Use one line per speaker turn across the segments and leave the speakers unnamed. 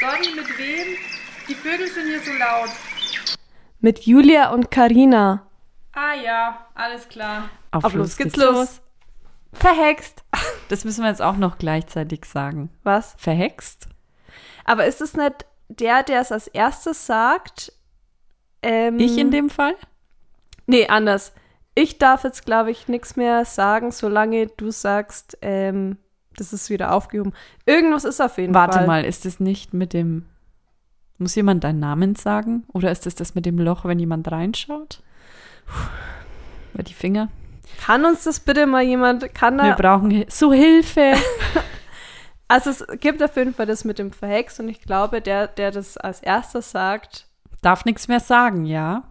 Mami, mit wem? Die Vögel sind hier so laut.
Mit Julia und Karina.
Ah ja, alles klar.
Auf,
Verhext.
Das müssen wir jetzt auch noch gleichzeitig sagen.
Was?
Verhext?
Aber ist es nicht der, der es als erstes sagt? Ähm,
Ich in dem Fall?
Nee, anders. Ich darf jetzt, glaube ich, nichts mehr sagen, solange du sagst, ähm, das ist wieder aufgehoben. Irgendwas ist auf jeden
Warte
Fall.
mal, ist es nicht mit dem. Muss jemand deinen Namen sagen? Oder ist es das mit dem Loch, wenn jemand reinschaut? Puh. Über die Finger?
Kann uns das bitte mal jemand, kann da,
Wir brauchen Hi- so Hilfe!
also es gibt auf jeden Fall das mit dem Verhext und ich glaube, der, der das als erstes sagt,
Darf nichts mehr sagen, ja?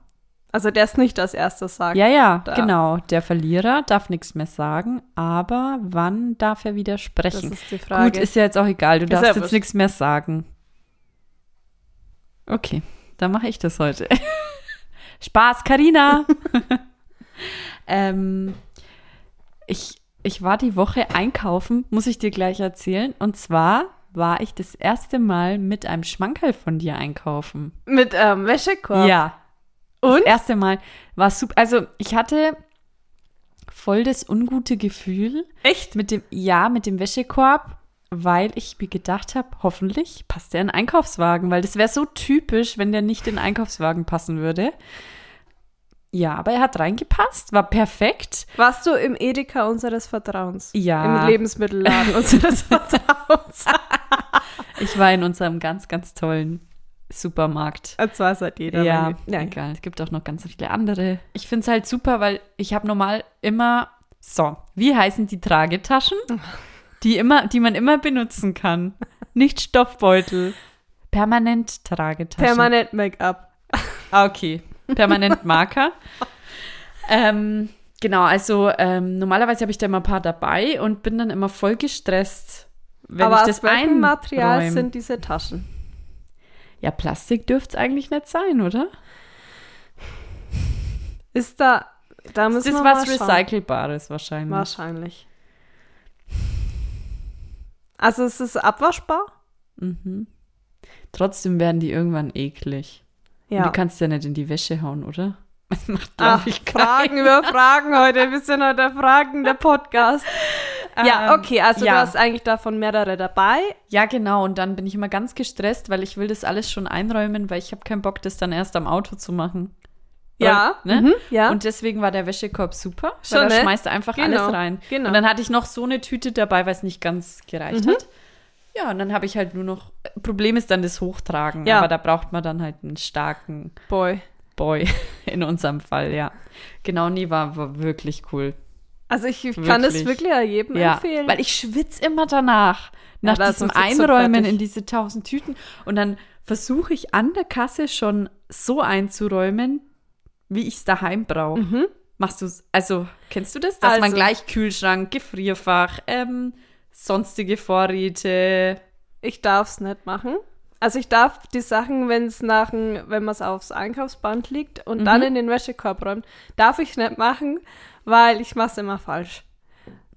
also der es nicht als erstes sagt.
Ja, ja,
Da.
genau. Der Verlierer darf nichts mehr sagen, aber wann darf er wieder
Das
sprechen?
ist die Frage.
Gut, ist ja jetzt auch egal. Du
Ist ja
darfst jetzt
wurscht.
nichts mehr sagen. Okay, dann mache ich das heute. Spaß, Karina. ähm, ich, ich war die Woche einkaufen, muss ich dir gleich erzählen. Und zwar war ich das erste Mal mit einem Schmankerl von dir einkaufen.
Mit ähm, Wäschekorb.
Ja. Und? Das erste Mal war super. Also, ich hatte voll das ungute Gefühl
Echt?
mit dem, ja, mit dem Wäschekorb, weil ich mir gedacht habe, hoffentlich passt der in den Einkaufswagen, weil das wäre so typisch, wenn der nicht in den Einkaufswagen passen würde. Ja, aber er hat reingepasst, war perfekt.
Warst du im Edeka unseres Vertrauens?
Ja.
Im Lebensmittelladen unseres Vertrauens.
Ich war in unserem ganz, ganz tollen Supermarkt.
Und zwar seit jeder.
Ja,
Menge. Nein.
egal. Es gibt auch noch ganz viele andere. Ich finde es halt super, weil ich habe normal immer so, wie heißen die Tragetaschen, die immer, die man immer benutzen kann, nicht Stoffbeutel. Permanent Tragetaschen.
Permanent Make-up.
Ah, okay. Permanent Marker. ähm, genau, also ähm, normalerweise habe ich da immer ein paar dabei und bin dann immer voll gestresst, wenn
Aber
ich
aus
das
welchem Material
einräum.
sind diese Taschen?
Ja, Plastik dürfte es eigentlich nicht sein, oder?
Ist da, da
Das
müssen
ist
wir
was
mal schauen.
Recycelbares wahrscheinlich.
Wahrscheinlich. Also ist es abwaschbar?
Mhm. Trotzdem werden die irgendwann eklig. Und
Ja.
du kannst ja nicht in die Wäsche hauen, oder? Das macht, glaube
Ach,
ich, keinen.
Fragen über Fragen heute. Wir sind heute Fragen der Podcast. ja,
Ähm,
okay. Also
ja.
du hast eigentlich davon mehrere dabei.
Ja, genau. Und dann bin ich immer ganz gestresst, weil ich will das alles schon einräumen, weil ich habe keinen Bock, das dann erst am Auto zu machen.
Ja.
Weil, ne?
Mhm, ja.
Und deswegen war der Wäschekorb super.
Schon,
weil da
ne?
schmeißt du einfach
Genau,
alles rein.
genau. Mhm.
Und dann hatte ich noch so eine Tüte dabei, weil es nicht ganz gereicht hat. Ja, und dann habe ich halt nur noch. Problem ist dann das Hochtragen,
Ja.
aber da braucht man dann halt einen starken
Boy.
Boy in unserem Fall, ja. Genau, nee, war, war wirklich cool.
Also ich kann es
Wirklich.
wirklich jedem
Ja,
empfehlen.
weil ich schwitze immer danach, nach
da ist
diesem
man fix und
Einräumen
fertig.
in diese tausend Tüten. Und dann versuche ich an der Kasse schon so einzuräumen, wie ich es daheim brauche. Machst du also kennst du das, dass man
Mhm. Also-
gleich Kühlschrank, Gefrierfach, ähm, sonstige Vorräte,
Ich darf es nicht machen. Also ich darf die Sachen, wenn's nach, dem- wenn man es aufs Einkaufsband liegt und dann in den Wäschekorb räumt, darf ich nicht machen, weil ich mache es immer falsch.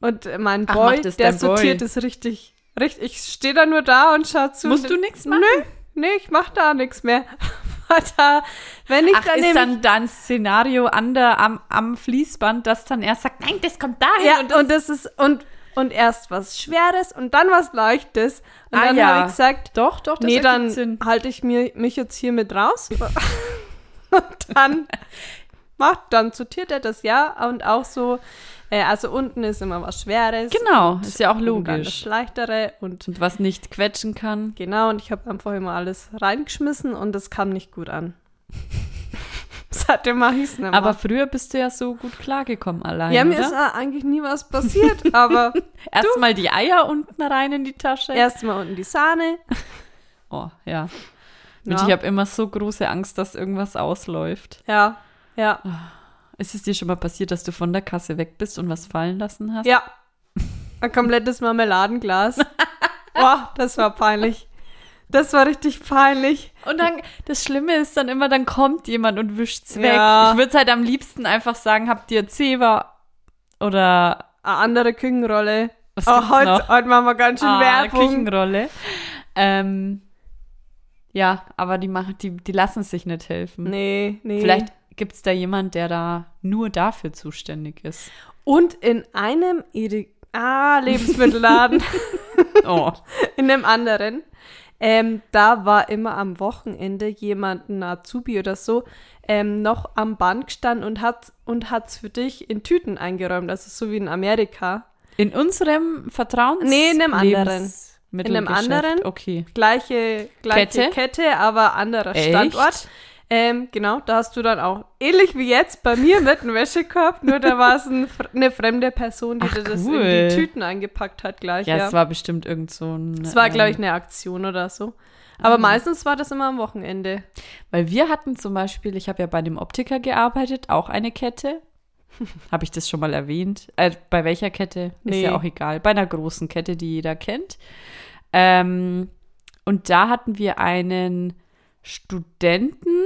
Und mein
Ach,
Boy,
macht es
der
dein Boy?
sortiert es richtig. richtig. Ich stehe da nur da und schaue zu.
musst du nichts machen?
Nö, nee, ich mache da nichts mehr. Weil da, wenn ich
Ach,
dann
ist
nämlich
dann dein Szenario an der, am, am Fließband, dass dann er sagt, nein, das kommt dahin
Ja,
und
und
das
das, ist und und erst was Schweres und dann was Leichtes. Und
Ah,
dann
ja.
habe ich gesagt,
Doch, doch, das
nee,
ergibt
dann
Sinn.
halte ich mir, mich jetzt hier mit raus. und dann macht, dann sortiert er das ja und auch so. Äh, also unten ist immer was Schweres.
Genau, ist ja auch
oben dann Das
logisch.
Leichtere und
Und was nicht quetschen kann.
genau. Und ich habe einfach immer alles reingeschmissen und das kam nicht gut an. Seitdem mache ich es nicht mehr.
Aber früher bist du ja so gut klargekommen allein.
ja, mir
oder?
ist äh, eigentlich nie was passiert, aber
Erstmal die Eier unten rein in die Tasche.
erstmal unten die Sahne.
Oh, ja. Und
Ja.
ich habe immer so große Angst, dass irgendwas ausläuft.
Ja, ja,
Ist es dir schon mal passiert, dass du von der Kasse weg bist und was fallen lassen hast?
ja. Ein komplettes Marmeladenglas. Boah, das war peinlich. Das war richtig peinlich.
Und dann, das Schlimme ist dann immer, dann kommt jemand und wischt's weg.
Ja.
Ich würde halt am liebsten einfach sagen, habt ihr Zewa oder
Eine andere Küchenrolle.
Was
Oh,
gibt's
heute,
noch?
heute machen wir ganz schön
ah,
Werbung.
Küchenrolle. ah, Ähm, Ja, aber die, machen, die, die lassen sich nicht helfen.
Nee, nee.
Vielleicht gibt es da jemand, der da nur dafür zuständig ist.
Und in einem Iri ah, Lebensmittelladen,
Oh.
in einem anderen, ähm, da war immer am Wochenende jemand, ein Azubi oder so, ähm, noch am Band gestanden und hat und hat's für dich in Tüten eingeräumt. Das ist so wie in Amerika.
In unserem Vertrauens.
Nee, in einem anderen.
Lebensmittelgeschäft.
In einem anderen.
Okay.
Gleiche, gleiche
Kette?
Kette? aber anderer
Echt?
Standort. Ähm, genau, da hast du dann auch, ähnlich wie jetzt bei mir mit einem Wäschekorb, nur da war es ein, fr- eine fremde Person, die
Ach,
dir das
cool.
in die Tüten eingepackt hat gleich.
Ja,
Ja,
es war bestimmt irgend so ein.
Es war, glaube
ähm, Ah.
ich, eine Aktion oder so. Aber meistens war das immer am Wochenende.
Weil wir hatten zum Beispiel, ich habe ja bei dem Optiker gearbeitet, auch eine Kette. habe ich das schon mal erwähnt? Äh, bei welcher Kette? Ist
Nee.
ja auch egal. Bei einer großen Kette, die jeder kennt. Ähm, und da hatten wir einen Studenten,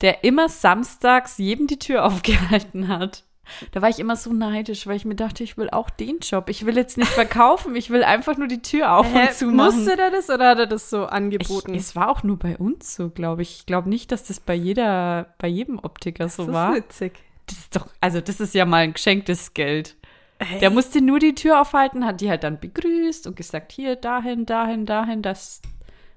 der immer samstags jedem die Tür aufgehalten hat. Da war ich immer so neidisch, weil ich mir dachte, ich will auch den Job. Ich will jetzt nicht verkaufen, ich will einfach nur die Tür auf
Hä,
und zu machen.
musste der das oder hat er das so
Ich,
angeboten?
es war auch nur bei uns so, glaube ich. Ich glaube nicht, dass das bei jeder, bei jedem Optiker so
das
war.
ist witzig.
Das ist doch, also das ist ja mal ein geschenktes Geld. Der musste nur die Tür aufhalten, hat die halt dann begrüßt und gesagt, hier, dahin, dahin, dahin, das.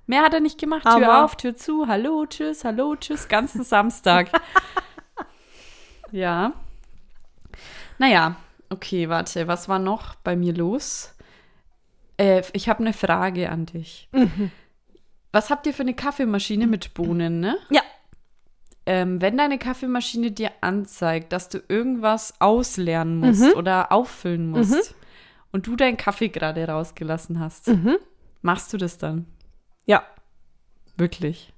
Mehr hat er nicht gemacht. Tür
Aber-
auf, Tür zu, hallo, tschüss, hallo, tschüss, ganzen Samstag. ja. Naja, okay, warte, was war noch bei mir los? Äh, ich habe eine Frage an dich. Was habt ihr für eine Kaffeemaschine mit Bohnen, ne?
Ja.
Ähm, wenn deine Kaffeemaschine dir anzeigt, dass du irgendwas auslernen musst oder auffüllen musst und du deinen Kaffee gerade rausgelassen hast, machst du das dann?
Ja.
Wirklich.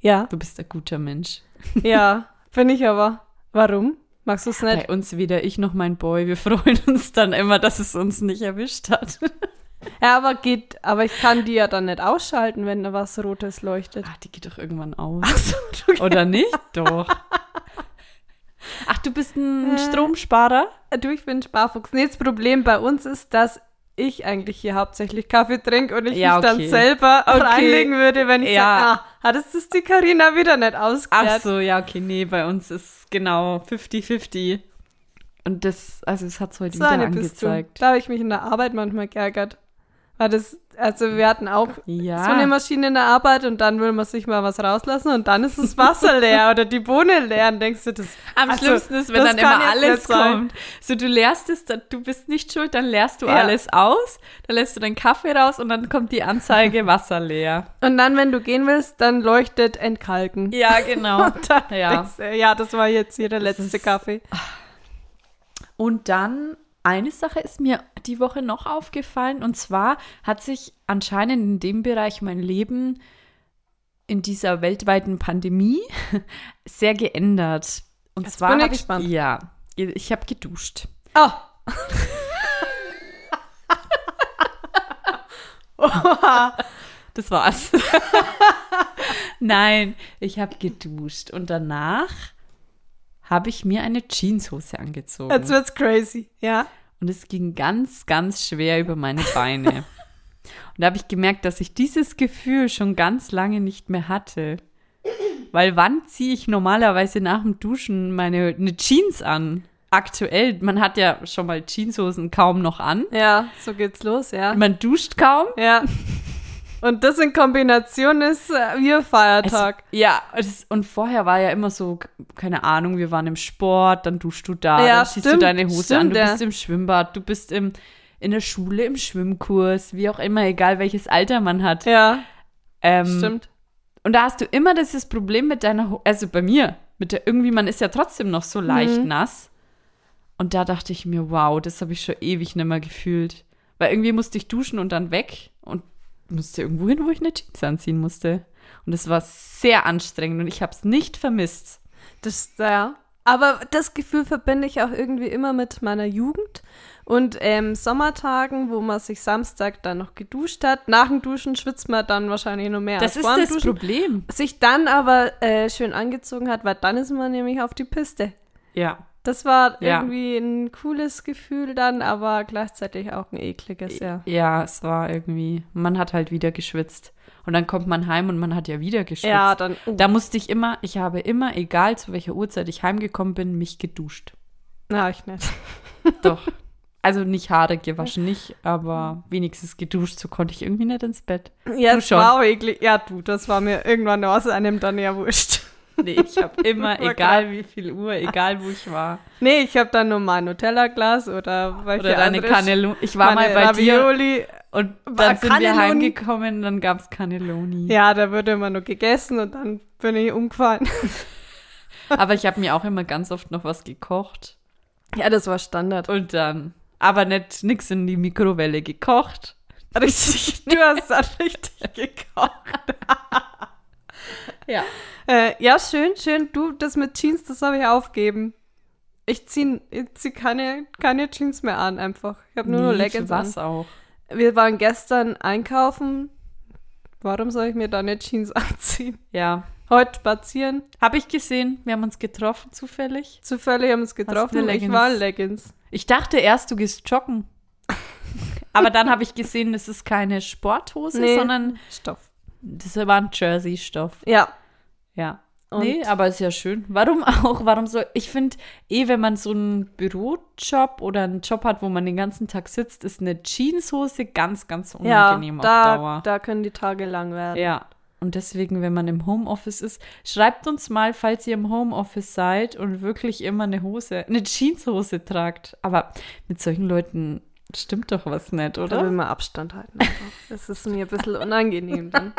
Ja.
Du bist ein guter Mensch.
Ja. Bin ich aber. Warum? Magst du es nicht?
Bei uns weder ich noch mein Boy. Wir freuen uns dann immer, dass es uns nicht erwischt hat.
Ja, aber geht, aber ich kann die ja dann nicht ausschalten, wenn da was Rotes leuchtet.
Ah, die geht doch irgendwann aus. Oder nicht? Doch. Ach, du bist ein Stromsparer?
Du, ich bin Sparfuchs. Nee, das Problem bei uns ist, dass ich eigentlich hier hauptsächlich Kaffee trinke und ich
Ja,
mich
okay.
dann selber
Okay.
reinlegen würde, wenn ich
Ja.
sage, ah, hattest das die Karina wieder nicht
Ach
ausgeklärt?
so, ja, okay, nee, bei uns ist genau 50-50. Und das, also es hat es heute
so
wieder
eine bist du.
angezeigt.
Da habe ich mich in der Arbeit manchmal geärgert. War das, also wir hatten auch
Ja.
so eine Maschine in der Arbeit und dann will man sich mal was rauslassen und dann ist das Wasser leer oder die Bohne leer und denkst du, das
Am
also,
schlimmsten ist, wenn
das
dann
kann
immer
jetzt
alles
nicht sein.
kommt. So, du lehrst es, dann- du bist nicht schuld, dann leerst du
Ja.
alles aus, dann lässt du deinen Kaffee raus und dann kommt die Anzeige Wasser leer.
Und dann, wenn du gehen willst, dann leuchtet Entkalken.
Ja, genau.
Und dann
ja.
denkst du, ja, das war jetzt hier der
Das
letzte
ist-
Kaffee.
Und dann eine Sache ist mir die Woche noch aufgefallen und zwar hat sich anscheinend in dem Bereich mein Leben in dieser weltweiten Pandemie sehr geändert. Und
Jetzt
zwar
bin ich
hab
gespannt.
ich ja, ich habe geduscht.
Oh. Oha.
Das war's. Nein, ich habe geduscht und danach habe ich mir eine Jeanshose angezogen.
Jetzt wird's crazy. Ja.
und es ging ganz, ganz schwer über meine Beine. und da habe ich gemerkt, dass ich dieses Gefühl schon ganz lange nicht mehr hatte. Weil wann ziehe ich normalerweise nach dem Duschen meine eine Jeans an? Aktuell, man hat ja schon mal Jeanshosen kaum noch an.
Ja, so geht's los, ja.
Man duscht kaum.
Ja. Und das in Kombination ist äh, wie ein Feiertag.
Es, ja, es, und vorher war ja immer so, keine Ahnung, wir waren im Sport, dann duschst du da,
Ja,
dann ziehst du
stimmt,
deine Hose an,
stimmt,
du
ja.
bist im Schwimmbad, du bist im, in der Schule, im Schwimmkurs, wie auch immer, egal welches Alter man hat.
ja,
Ähm,
stimmt.
Und da hast du immer dieses Problem mit deiner, Ho also bei mir, mit der, irgendwie, man ist ja trotzdem noch so leicht
Mhm.
nass. Und da dachte ich mir, wow, das habe ich schon ewig nicht mehr gefühlt. Weil irgendwie musste ich duschen und dann weg und musste irgendwo hin, wo ich eine Jeans anziehen musste. Und es war sehr anstrengend und ich habe es nicht vermisst.
Das, ja. Aber das Gefühl verbinde ich auch irgendwie immer mit meiner Jugend und ähm, Sommertagen, wo man sich Samstag dann noch geduscht hat. Nach dem Duschen schwitzt man dann wahrscheinlich noch mehr. als
Das ist
vor dem
das
Duschen.
Problem.
Sich dann aber äh, schön angezogen hat, weil dann ist man nämlich auf die Piste.
Ja.
Das war
Ja.
irgendwie ein cooles Gefühl dann, aber gleichzeitig auch ein ekliges, ja.
Ja, es war irgendwie, man hat halt wieder geschwitzt. Und dann kommt man heim und man hat ja wieder geschwitzt.
Ja, dann. oh,
da musste ich immer, ich habe immer, egal zu welcher Uhrzeit ich heimgekommen bin, mich geduscht.
Na, ich nicht.
Doch. Also nicht Haare gewaschen, nicht,
Mhm.
aber wenigstens geduscht, so konnte ich irgendwie nicht ins Bett.
Ja,
Du
das
schon.
war auch eklig. Ja, du, das war mir irgendwann aus einem dann ja wurscht.
Nee, ich habe immer,
War
egal wie viel Uhr, egal wo ich war.
Nee, ich habe dann nur mein Nutella-Glas oder welche
Oder deine
andere
Cannelloni. Ich war mal
meine
bei dir
Ravioli.
und
War
dann sind wir
Cannelloni?
heimgekommen, dann gab es Cannelloni.
Ja, da wird immer nur gegessen und dann bin ich umgefallen.
Aber ich habe mir auch immer ganz oft noch was gekocht.
Ja, das war Standard.
Und dann, aber nicht nix in die Mikrowelle gekocht.
Richtig, du hast dann richtig gekocht.
Ja.
Äh, ja, schön, schön. Du, das mit Jeans, das habe ich aufgeben. Ich ziehe ich zieh keine, keine Jeans mehr an, einfach. Ich habe nur noch Leggings an.
was auch.
Wir waren gestern einkaufen. Warum soll ich mir da eine Jeans anziehen?
Ja.
Heute spazieren.
Habe ich gesehen, wir haben uns getroffen zufällig.
Zufällig haben wir uns getroffen.
eine
Ich
Leggings?
war in Leggings.
Ich dachte erst, du gehst joggen. aber dann habe ich gesehen, das ist keine Sporthose,
Nee.
sondern
Stoff.
das war ein Jersey-Stoff.
Ja.
Ja.
Und-
nee, aber ist ja schön. Warum auch? Warum soll. Ich finde, eh, wenn man so einen Bürojob oder einen Job hat, wo man den ganzen Tag sitzt, ist eine Jeanshose ganz, ganz
Ja,
unangenehm auf
da,
Dauer.
da können die Tage lang werden.
Ja. Und deswegen, wenn man im Homeoffice ist, schreibt uns mal, falls ihr im Homeoffice seid und wirklich immer eine Hose, eine Jeanshose tragt. Aber mit solchen Leuten stimmt doch was nicht,
Da will
oder?
man Abstand halten. einfach. Das ist mir ein bisschen unangenehm dann.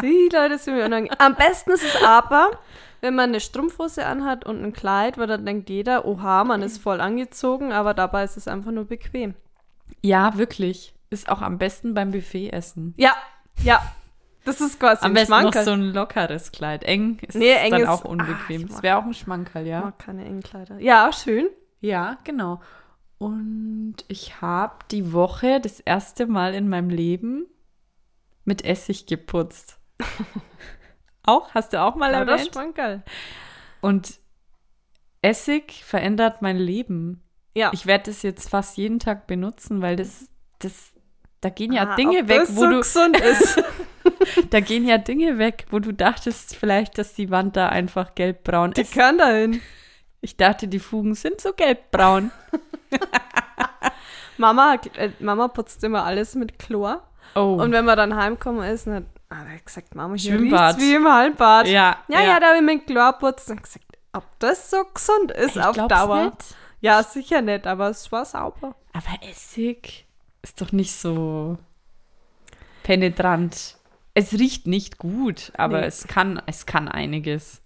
Die Leute sind mir unangenehm. Am besten ist es aber, wenn man eine Strumpfhose anhat und ein Kleid, weil dann denkt jeder, oha, man ist voll angezogen, aber dabei ist es einfach nur bequem.
Ja, wirklich. Ist auch am besten beim Buffet essen.
Ja, ja. Das ist quasi
Am
ein
besten noch
Schmankerl.
so ein lockeres Kleid. Eng ist
Nee, eng
dann
ist-
auch
Ah,
unbequem.
ich
Das
mag-
wäre auch ein Schmankerl,
Ich
ja.
mag keine engen Kleider. Ja, schön.
Ja, genau. Und ich habe die Woche das erste Mal in meinem Leben mit Essig geputzt. auch? Hast du auch mal
Lauter
erwähnt?
Schmankerl.
Und Essig verändert mein Leben.
Ja.
Ich werde das jetzt fast jeden Tag benutzen, weil das, das, da gehen ja
Ah,
Dinge
ob
weg,
das
wo
so
du,
gesund ist.
da gehen ja Dinge weg, wo du dachtest vielleicht, dass die Wand da einfach gelbbraun
Die
ist.
können dahin.
Ich dachte, die Fugen sind so gelbbraun.
Mama, äh, Mama putzt immer alles mit Chlor.
Oh.
Und wenn man dann heimgekommen ist, dann ah, hat er gesagt, Mama, hier
Schwimmbad.
riecht's wie im Hallenbad.
ja,
ja, ja, da habe ich mit Chlor putzt und gesagt, ob das so gesund ist
Ich
auf
glaub's
Dauer.
nicht.
Ja, sicher nicht, aber es war sauber.
Aber Essig ist doch nicht so penetrant. Es riecht nicht gut, aber
Nee.
es kann, es kann einiges.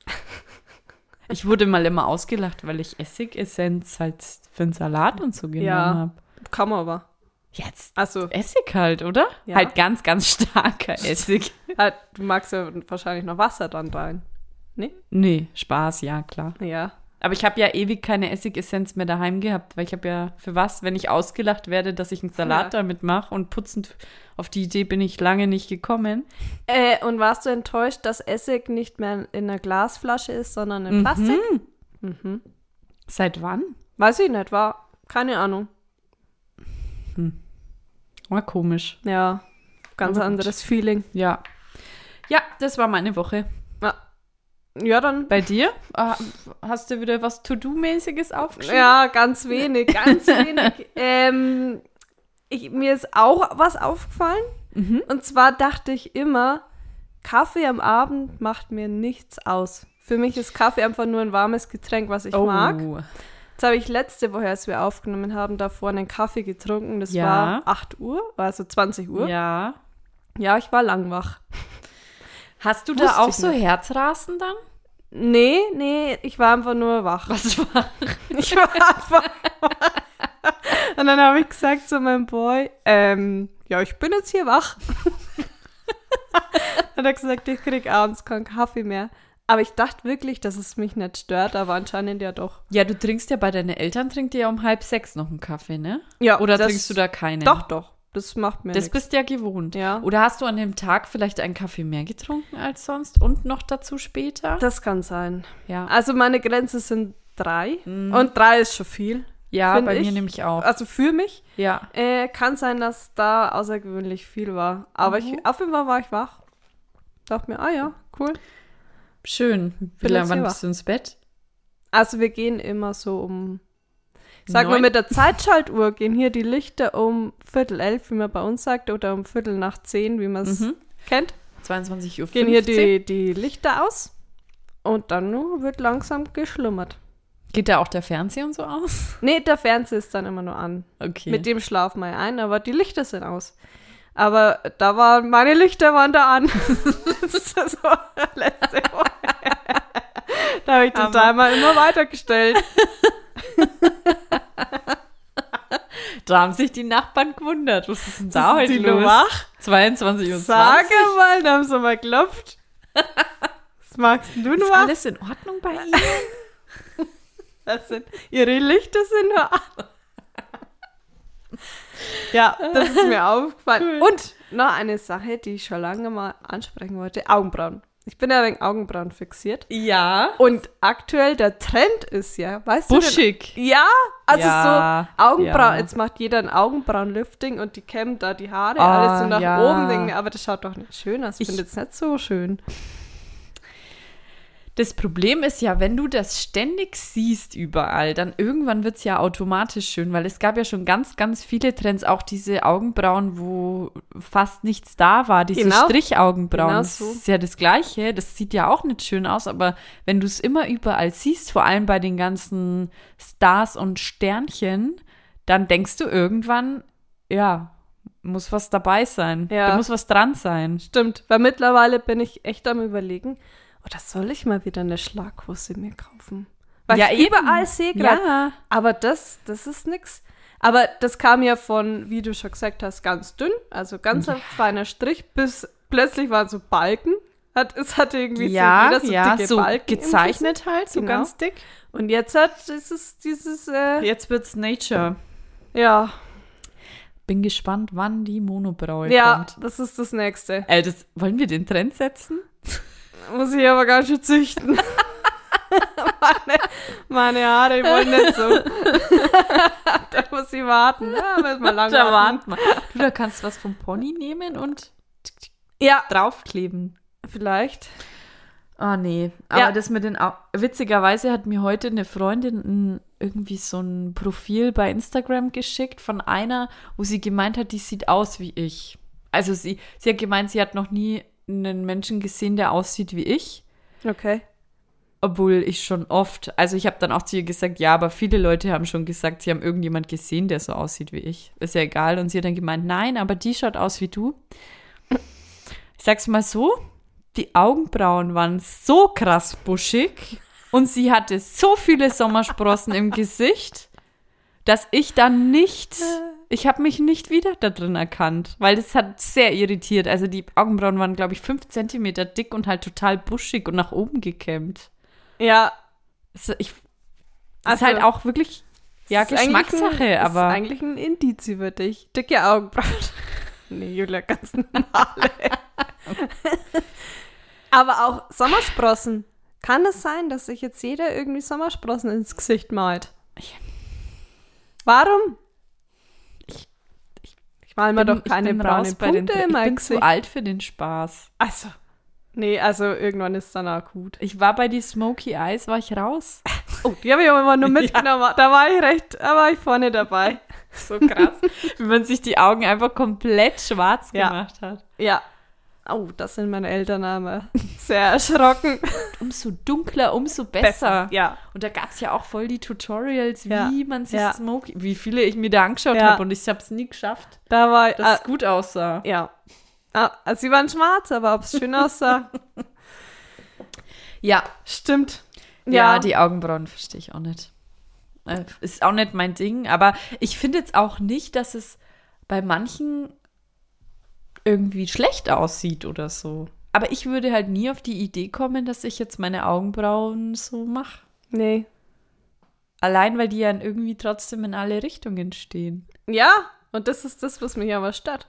Ich wurde mal immer ausgelacht, weil ich Essigessenz halt für einen Salat und so genommen
Ja.
habe.
Kann man aber.
Jetzt
Also,
Essig halt, oder?
Ja.
Halt ganz, ganz starker Essig.
halt, du magst ja wahrscheinlich noch Wasser dann rein. Nee?
Nee, Spaß, ja, klar.
Ja.
Aber ich habe ja ewig keine Essigessenz mehr daheim gehabt, weil ich habe ja für was, wenn ich ausgelacht werde, dass ich einen Salat
Ja.
damit mache und putzend auf die Idee bin ich lange nicht gekommen.
Äh, und warst du enttäuscht, dass Essig nicht mehr in einer Glasflasche ist, sondern
Mhm.
in Plastik? Mhm.
Seit wann?
Weiß ich nicht, war keine Ahnung.
War komisch.
Ja, ganz
Aber gut.
anderes Feeling.
Ja. Ja, das war meine Woche.
Ja, ja dann
Bei dir? Ah, Hast du wieder was To-Do-mäßiges aufgeschrieben?
Ja, ganz wenig, ganz wenig. ähm, ich, mir ist auch was aufgefallen.
Mhm.
Und zwar dachte ich immer, Kaffee am Abend macht mir nichts aus. Für mich ist Kaffee einfach nur ein warmes Getränk, was
Oh,
ich mag. Jetzt habe ich letzte Woche, als wir aufgenommen haben, davor einen Kaffee getrunken. Das
Ja.
war 8 Uhr, also 20 Uhr. Ja,
Ja.
ich war langwach.
Hast du
Wusste
da auch
ich
so Herzrasen dann?
Nee, nee, ich war einfach nur wach.
Was war?
Ich war einfach. Und dann habe ich gesagt zu meinem Boy, ähm, ja, ich bin jetzt hier wach. Hat er gesagt, ich krieg abends keinen Kaffee mehr. Aber ich dachte wirklich, dass es mich nicht stört, aber anscheinend ja doch.
Ja, du trinkst ja bei deinen Eltern, trinkt ihr ja um halb sechs noch einen Kaffee, ne?
Ja,
Oder
das-
trinkst du da keinen?
Doch, doch. Das macht mir
Das
nichts.
bist ja gewohnt.
Ja.
Oder hast du an dem Tag vielleicht einen Kaffee mehr getrunken als sonst und noch dazu später?
Das kann sein.
ja.
Also meine Grenze sind drei. Ah,
Mhm.
Und drei ist schon viel.
Ja,
find
bei
ich.
mir nämlich auch.
Also für mich
Ja.
äh, kann sein, dass da außergewöhnlich viel war. Aber
Mhm.
ich, auf jeden Fall war ich wach. Dachte mir, ah ja, cool.
Schön. Wie
Bin
lange
jetzt
wann
hier
bist du ins Bett?
Also wir gehen immer so um, sag mal
Neun?
mit der Zeitschaltuhr gehen hier die Lichter um Viertel elf, wie man bei uns sagt, oder um Viertel nach zehn, wie man es
Mhm.
kennt.
22 Uhr.
Gehen hier die, die Lichter aus und dann nur wird langsam geschlummert.
Geht da auch der Fernseher und so aus?
Nee, der Fernseher ist dann immer nur an.
Okay.
Mit dem schlaf mal ein, aber die Lichter sind aus. Aber da waren meine Lichter waren da an. das ist so letzte Woche. Da habe ich den
Hammer.
Timer immer weitergestellt.
da haben sich die Nachbarn gewundert. Was ist denn da
Sind
heute
die
los?
nur wach?
22 Uhr.
Sage mal, da haben sie mal geklopft. Was magst du
Ist
nur? an?
alles in Ordnung bei Ihnen?
Das sind, ihre Lichter sind nur an. Ja, das ist mir aufgefallen. Und noch eine Sache, die ich schon lange mal ansprechen wollte: Augenbrauen. Ich bin ja wegen Augenbrauen fixiert.
ja.
Und aktuell der Trend ist ja, weißt du.
Buschig.
Denn, ja, also
Ja,
so Augenbrauen.
ja.
Jetzt macht jeder ein Augenbrauenlifting und die kämmt da die Haare
Ah,
alles so nach
ja.
oben. Denken, aber das schaut doch nicht schön aus. Ich
Ich-
finde es nicht so schön.
Das Problem ist ja, wenn du das ständig siehst überall, dann irgendwann wird es ja automatisch schön, weil es gab ja schon ganz, ganz viele Trends, auch diese Augenbrauen, wo fast nichts da war, diese
Genau.
Strichaugenbrauen.
Genau
das
so.
ist ja das Gleiche, das sieht ja auch nicht schön aus, aber wenn du es immer überall siehst, vor allem bei den ganzen Stars und Sternchen, dann denkst du irgendwann, ja, muss was dabei sein,
Ja.
da muss was dran sein.
Stimmt, weil mittlerweile bin ich echt am überlegen, oder soll ich mal wieder eine Schlaghose mir kaufen? Weil
Ja,
ich
eben.
überall sehe gerade.
Ja.
Aber das, das ist nix. Aber das kam ja von, wie du schon gesagt hast, ganz dünn, also ganz ein feiner Strich, bis plötzlich waren so Balken. Hat, es hatte irgendwie so jeder so dicke Balken. im
gezeichnet halt, so
Genau.
ganz dick.
Gesicht. Und jetzt hat dieses, dieses, äh,
Jetzt wird's Nature.
ja,
Bin gespannt, wann die Monobraue
ja,
kommt.
das ist das nächste.
Äh, das, wollen wir den Trend setzen?
Muss ich aber ganz schön züchten. meine, meine Haare wollen nicht so. da muss ich warten. Da muss man lange warten.
man. Du, da kannst du was vom Pony nehmen und
Ja,
draufkleben.
vielleicht.
Ah nee. Aber
Ja.
das mit den Au Witzigerweise hat mir heute eine Freundin ein, irgendwie so ein Profil bei Instagram geschickt von einer, wo sie gemeint hat, die sieht aus wie ich. Also sie, sie hat gemeint, sie hat noch nie einen Menschen gesehen, der aussieht wie ich.
Okay.
Obwohl ich schon oft, also ich habe dann auch zu ihr gesagt, ja, aber viele Leute haben schon gesagt, sie haben irgendjemand gesehen, der so aussieht wie ich. Ist ja egal. Und sie hat dann gemeint, nein, aber die schaut aus wie du. Ich sag's mal so, die Augenbrauen waren so krass buschig und sie hatte so viele Sommersprossen im Gesicht, dass ich dann nicht, ich habe mich nicht wieder da drin erkannt, weil das hat sehr irritiert. Also die Augenbrauen waren, glaube ich, fünf Zentimeter dick und halt total buschig und nach oben gekämmt.
Ja,
Es- ich, ist
Also,
halt auch wirklich ja,
es ist eigentlich
Geschmackssache,
ein,
aber
Ist eigentlich ein Indiz über dich. Dicke Augenbrauen. nee, Julia, ganz normale. aber auch Sommersprossen. Kann es sein, dass sich jetzt jeder irgendwie Sommersprossen ins Gesicht malt? Warum?
Ich-
ich mal mir
bin-
doch keine
bin
braune
raus bei den
Punkte
Dre-
in
Ich
meinem
bin zu
Gesicht.
alt für den Spaß.
Also, nee, also irgendwann ist dann auch gut.
Ich war bei die Smoky Eyes, war ich raus.
Oh, die habe ich aber immer nur mitgenommen. Da war ich recht, da war ich vorne dabei.
So krass, wie man sich die Augen einfach komplett schwarz
Ja.
gemacht hat.
Ja. Oh, das sind meine Eltern aber sehr erschrocken.
Umso dunkler, umso besser.
Ja.
Und da gab es ja auch voll die Tutorials, wie
Ja.
man sich
Ja.
Smoky, wie viele ich mir da angeschaut
Ja.
habe und ich habe es nie geschafft,
Da war ich.
dass
Ah,
es gut aussah.
ja. Ah, also sie waren schwarz, aber ob es schön aussah,
Ja,
stimmt.
Ja, die Augenbrauen verstehe ich auch nicht. Äh, Ist auch nicht mein Ding, aber ich finde jetzt auch nicht, dass es bei manchen irgendwie schlecht aussieht oder so. Aber ich würde halt nie auf die Idee kommen, dass ich jetzt meine Augenbrauen so mache.
Nee.
Allein, weil die ja irgendwie trotzdem in alle Richtungen stehen.
Ja, und das ist das, was mich aber stört.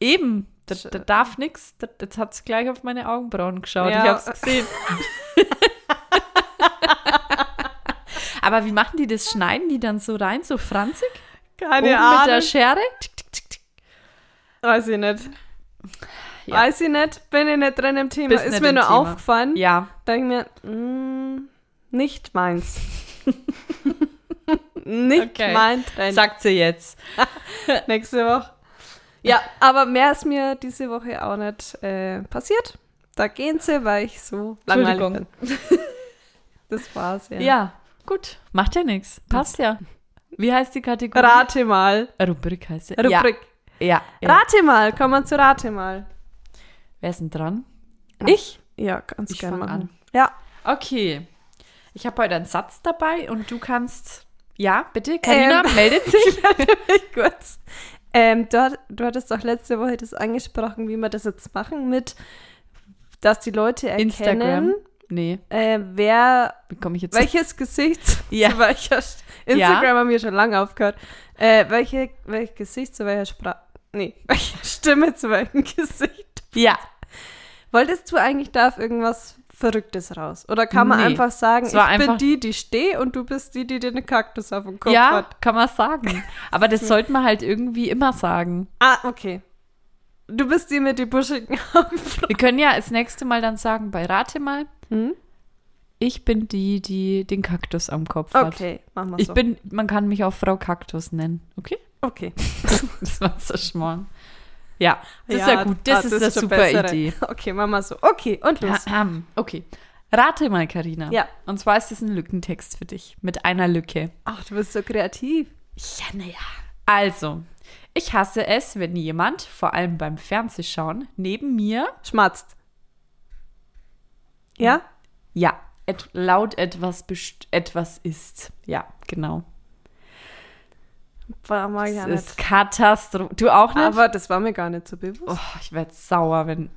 Eben, da, da darf nichts. Jetzt hat es gleich auf meine Augenbrauen geschaut.
Ja.
Ich habe es gesehen. Aber wie machen die das? Schneiden die dann so rein, so franzig?
Keine
Oben mit der
Ahnung.
Schere? Tick, tick, tick, tick.
Weiß ich nicht.
Ja.
Weiß ich nicht. Bin ich nicht drin im Thema.
Bist
Ist
nicht
mir
im
nur
Thema.
aufgefallen.
Ja,
Denke mir, mm, nicht meins. nicht
Okay.
mein Trend.
sagt sie jetzt.
nächste Woche. Ja, aber mehr ist mir diese Woche auch nicht äh, passiert. Da gehen sie, weil ich so langweilig bin.
Entschuldigung.
Das war's, ja.
Ja. gut. Macht ja nichts. Passt ja. Wie heißt die Kategorie? Äh,
Rate mal.
Rubrik heißt sie.
Rubrik.
Ja. ja. ja.
Rate mal. Kommen wir zu Rate mal.
Wer ist denn dran?
Ich? Ja, ganz
Ich
gerne
fang
machen.
an.
Ja.
Okay. Ich habe heute einen Satz dabei und du kannst. Ja, bitte. Karina
Ähm.
meldet sich.
Kurz. Ähm, du, hat, du hattest doch letzte Woche das angesprochen, wie wir das jetzt machen mit, dass die Leute
Instagram.
erkennen,
Nee,
äh, wer
wie komme ich jetzt?
welches Gesicht
Ja.
zu welcher Sch- Instagram haben wir schon lange aufgehört. Äh, welche, welches Gesicht zu welcher Sprache. Nee, welche Stimme zu welchem Gesicht.
Ja.
Wolltest du eigentlich da auf irgendwas Verrücktes raus? Oder kann man
Nee.
einfach sagen,
Es
ich
war
bin
einfach-
die, die stehe und du bist die, die den Kaktus auf dem Kopf
Ja,
hat?
kann man sagen. Aber das sollte man halt irgendwie immer sagen.
Ah, okay. Du bist die mit die buschigen Augen.
Wir können ja das nächste Mal dann sagen, bei Rate mal,
Hm?
ich bin die, die den Kaktus am Kopf hat.
Okay, also. machen wir so.
Ich bin, man kann mich auch Frau Kaktus nennen. Okay?
okay.
Das war so schmarrn. Ja, das ist
Ja, ah,
ja gut. Das ist eine
schon
super
bessere.
Idee.
Okay, machen wir so. Okay, und los.
Ahem. Okay. Rate mal, Karina.
Ja.
Und zwar ist es ein Lückentext für dich. Mit einer Lücke.
Ach, du bist so kreativ.
Ja, naja. Also, ich hasse es, wenn jemand, vor allem beim Fernsehschauen, neben mir
Schmatzt. Ja?
Ja, et laut etwas best etwas ist. Ja, genau.
War mag ich ja
Das
nicht.
ist Katastrophe. Du auch nicht?
Aber das war mir gar nicht so
oh,
bewusst.
ich werde sauer, wenn.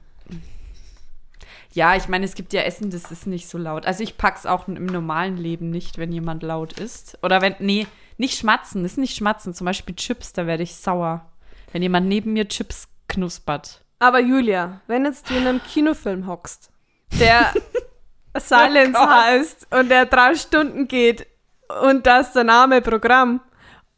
Ja, ich meine, es gibt ja Essen, das ist nicht so laut. Also ich pack's auch im normalen Leben nicht, wenn jemand laut ist. Oder wenn, nee, nicht schmatzen, das ist nicht schmatzen. Zum Beispiel Chips, da werde ich sauer. Wenn jemand neben mir Chips knuspert.
Aber Julia, wenn jetzt du in einem Kinofilm hockst, der Silence
Oh Gott.
heißt und der drei Stunden geht und da ist der Name Programm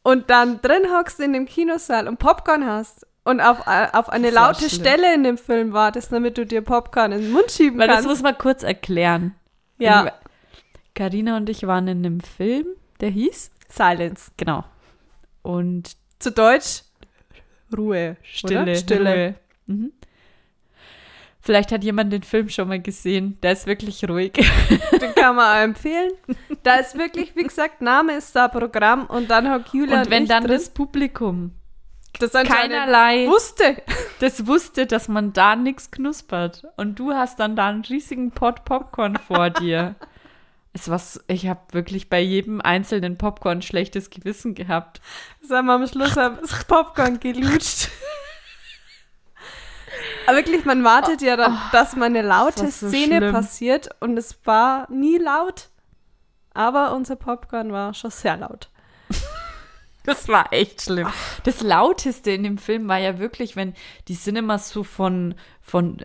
und dann drin hockst in dem Kinosaal und Popcorn hast und auf, äh, auf eine
Das war
laute
schlimm.
Stelle in dem Film wartest, damit du dir Popcorn in den Mund schieben
Weil das
kannst.
muss man kurz erklären.
ja,
Karina und ich waren in einem Film, der hieß
Silence.
Genau. Und
Zu Deutsch Ruhe.
Stille.
Oder? Stille.
Ruhe. Mhm. Vielleicht hat jemand den Film schon mal gesehen. Der ist wirklich ruhig.
Den kann man auch empfehlen. Da ist wirklich, wie gesagt, Name ist da Programm und dann hockt Julia
Und wenn
ich
dann
drin,
das Publikum
das anscheinend
keinerlei
wusste.
das wusste, dass man da nichts knuspert. Und du hast dann da einen riesigen Pot Popcorn vor dir. Es war, so- ich habe wirklich bei jedem einzelnen Popcorn schlechtes Gewissen gehabt.
Das haben wir am Schluss haben das Popcorn gelutscht. Aber wirklich, man wartet ja, dann, dass mal eine laute
Oh, das war so
Szene
schlimm.
passiert und es war nie laut. Aber unser Popcorn war schon sehr laut.
Das war echt schlimm. Das lauteste in dem Film war ja wirklich, wenn die sind immer so von, von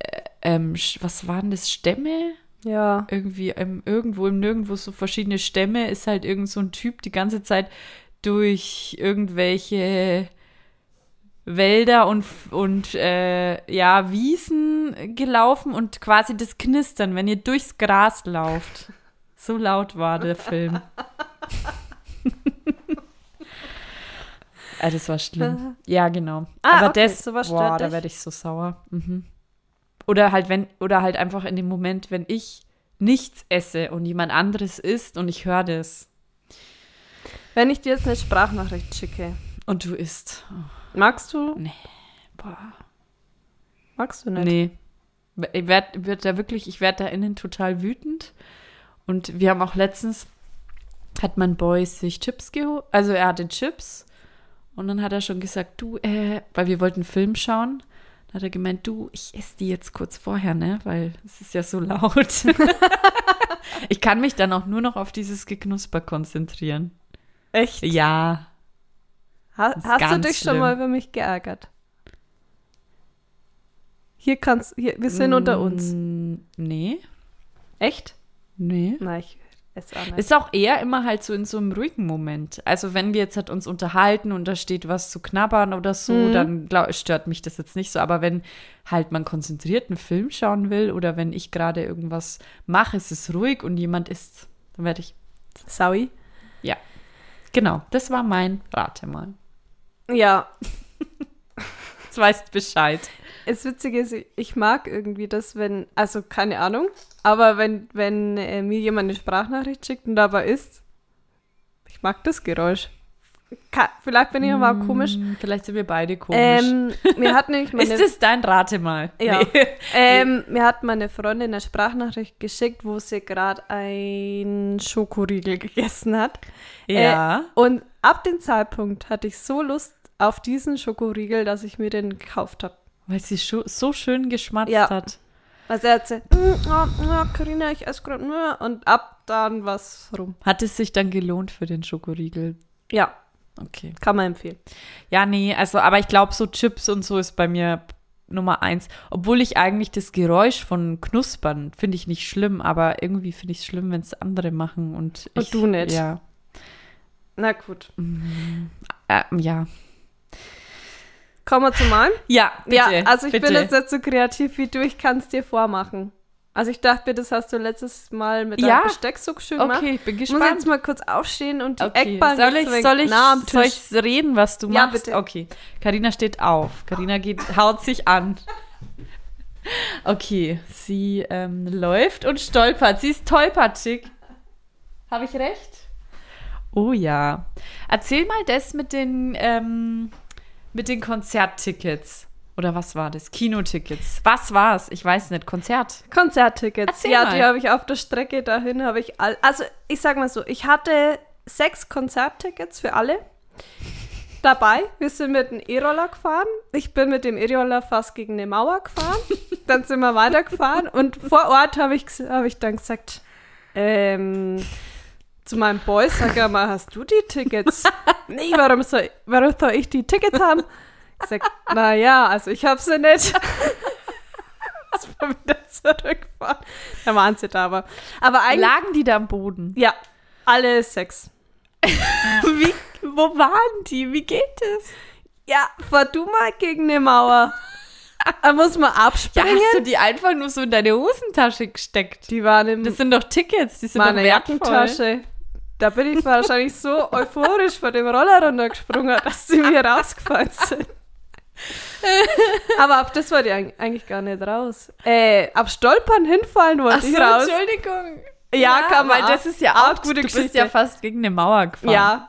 äh, ähm, Sch- was waren das, Stämme?
Ja.
Irgendwie ähm, irgendwo im Nirgendwo so verschiedene Stämme ist halt irgend so ein Typ die ganze Zeit durch irgendwelche Wälder und, und äh, ja, Wiesen gelaufen und quasi das Knistern, wenn ihr durchs Gras lauft. So laut war der Film. ah, das war schlimm. Ja, genau.
Ah,
Aber
okay,
das,
sowas stört
boah, da
dich?
werde ich so sauer. Mhm. Oder halt, wenn, oder halt einfach in dem Moment, wenn ich nichts esse und jemand anderes isst und ich höre das
Wenn ich dir jetzt eine Sprachnachricht schicke,
und du isst. Oh,
magst du?
boah.
Magst du nicht?
Nee. Ich werd, werd da wirklich, ich werde da innen total wütend. Und wir haben auch letztens, hat mein Boy sich Chips geholt. Also er hatte Chips. Und dann hat er schon gesagt, du, äh, weil wir wollten einen Film schauen. Dann hat er gemeint, du, ich esse die jetzt kurz vorher, ne? Weil es ist ja so laut. ich kann mich dann auch nur noch auf dieses Geknusper konzentrieren.
Echt?
Ja.
Ha
Ist
hast du
ganz
dich
schlimm.
schon mal über mich geärgert? Hier kannst hier, wir sind unter uns.
Mm, Nee,
Echt?
nee.
Nein, ich Ist auch nicht.
Ist auch eher immer halt so in so einem ruhigen Moment. Also wenn wir jetzt halt uns unterhalten und da steht was zu knabbern oder so,
Mhm.
dann glaub, stört mich das jetzt nicht so. Aber wenn halt man konzentriert einen Film schauen will oder wenn ich gerade irgendwas mache, es ist ruhig und jemand isst, dann werde ich,
Saui.
ja. Genau, das war mein Rate mal.
Ja,
Jetzt weißt Bescheid.
Das Witzige ist, ich mag irgendwie das, wenn, also keine Ahnung, aber wenn, wenn äh, mir jemand eine Sprachnachricht schickt und dabei ist, ich mag das Geräusch. Ka vielleicht bin ich aber auch komisch.
Hm, Vielleicht sind wir beide Mm, komisch.
Ähm, mir hat nämlich meine,
ist es dein Rate mal?
ja,
Nee.
ähm,
Hm.
mir hat meine Freundin eine Sprachnachricht geschickt, wo sie gerade ein Schokoriegel gegessen hat. Äh,
Ja.
und ab dem Zeitpunkt hatte ich so Lust auf diesen Schokoriegel, dass ich mir den gekauft habe.
Weil sie scho- so schön geschmatzt
Ja.
hat.
Also er hat so, "Mm, ah, ah, Carina, ich esse gerade nur und ab dann was rum.
Hat es sich dann gelohnt für den Schokoriegel?
Ja,
Okay.
kann man empfehlen.
Ja, nee, also, aber ich glaube, so Chips und so ist bei mir Nummer eins. Obwohl ich eigentlich das Geräusch von Knuspern finde ich nicht schlimm, aber irgendwie finde ich es schlimm, wenn es andere machen und
Und
ich,
du nicht.
Ja,
Na gut.
äh, ja.
Kommen wir zu meinem?
Ja, bitte,
ja, also ich
bitte.
bin jetzt nicht so kreativ wie du, ich kann es dir vormachen. Also ich dachte mir, das hast du letztes Mal mit
Ja.
deinem Besteck so schön gemacht.
Okay, ich bin
Ich muss
gespannt.
jetzt mal kurz aufstehen und die
Okay.
Eckbahn
Soll ich,
deswegen
soll ich,
nah am
soll
Tisch.
ich reden, was du
Ja,
machst?
bitte.
Okay. Karina steht auf. Karina geht, haut sich an. Okay, sie ähm, läuft und stolpert. Sie ist tollpatschig. Habe ich recht? Oh ja. Erzähl mal das mit den, ähm, mit den Konzerttickets. Oder was war das? Kinotickets. Was war's? Ich weiß nicht. Konzert.
Konzerttickets.
Erzähl
ja,
mal.
die habe ich auf der Strecke dahin, habe ich all, also ich sag mal so, ich hatte sechs Konzerttickets für alle dabei. Wir sind mit dem E-Roller gefahren. Ich bin mit dem E-Roller fast gegen eine Mauer gefahren. dann sind wir weitergefahren und vor Ort habe ich, ges- habe ich dann gesagt, ähm, zu meinem Boy, sag ja mal, hast du die Tickets? nee, warum soll, warum soll ich die Tickets haben? Ich sag, naja, also ich habe sie nicht. Lass mal wieder zurückfahren. Da waren sie da, aber. Aber eigentlich.
Lagen die da am Boden?
ja, alle sechs.
Wie, wo waren die? Wie geht es?
Ja, fahr du mal gegen eine Mauer. Da muss man
Ja,
abspringen.
hast du die einfach nur so in deine Hosentasche gesteckt?
die waren im
Das sind doch Tickets, die sind
meiner
doch wertvoll.
Jackentasche. Da bin ich wahrscheinlich so euphorisch von dem Roller runtergesprungen, dass sie mir rausgefallen sind. Aber auf das wollte ich eig- eigentlich gar nicht raus. Äh, auf Stolpern hinfallen wollte
Ach so,
ich raus.
Entschuldigung.
Ja, kann man
weil das
auch-
ist ja
auch
auch
gute
Du bist
Geschichte.
ja fast gegen eine Mauer gefahren.
Ja,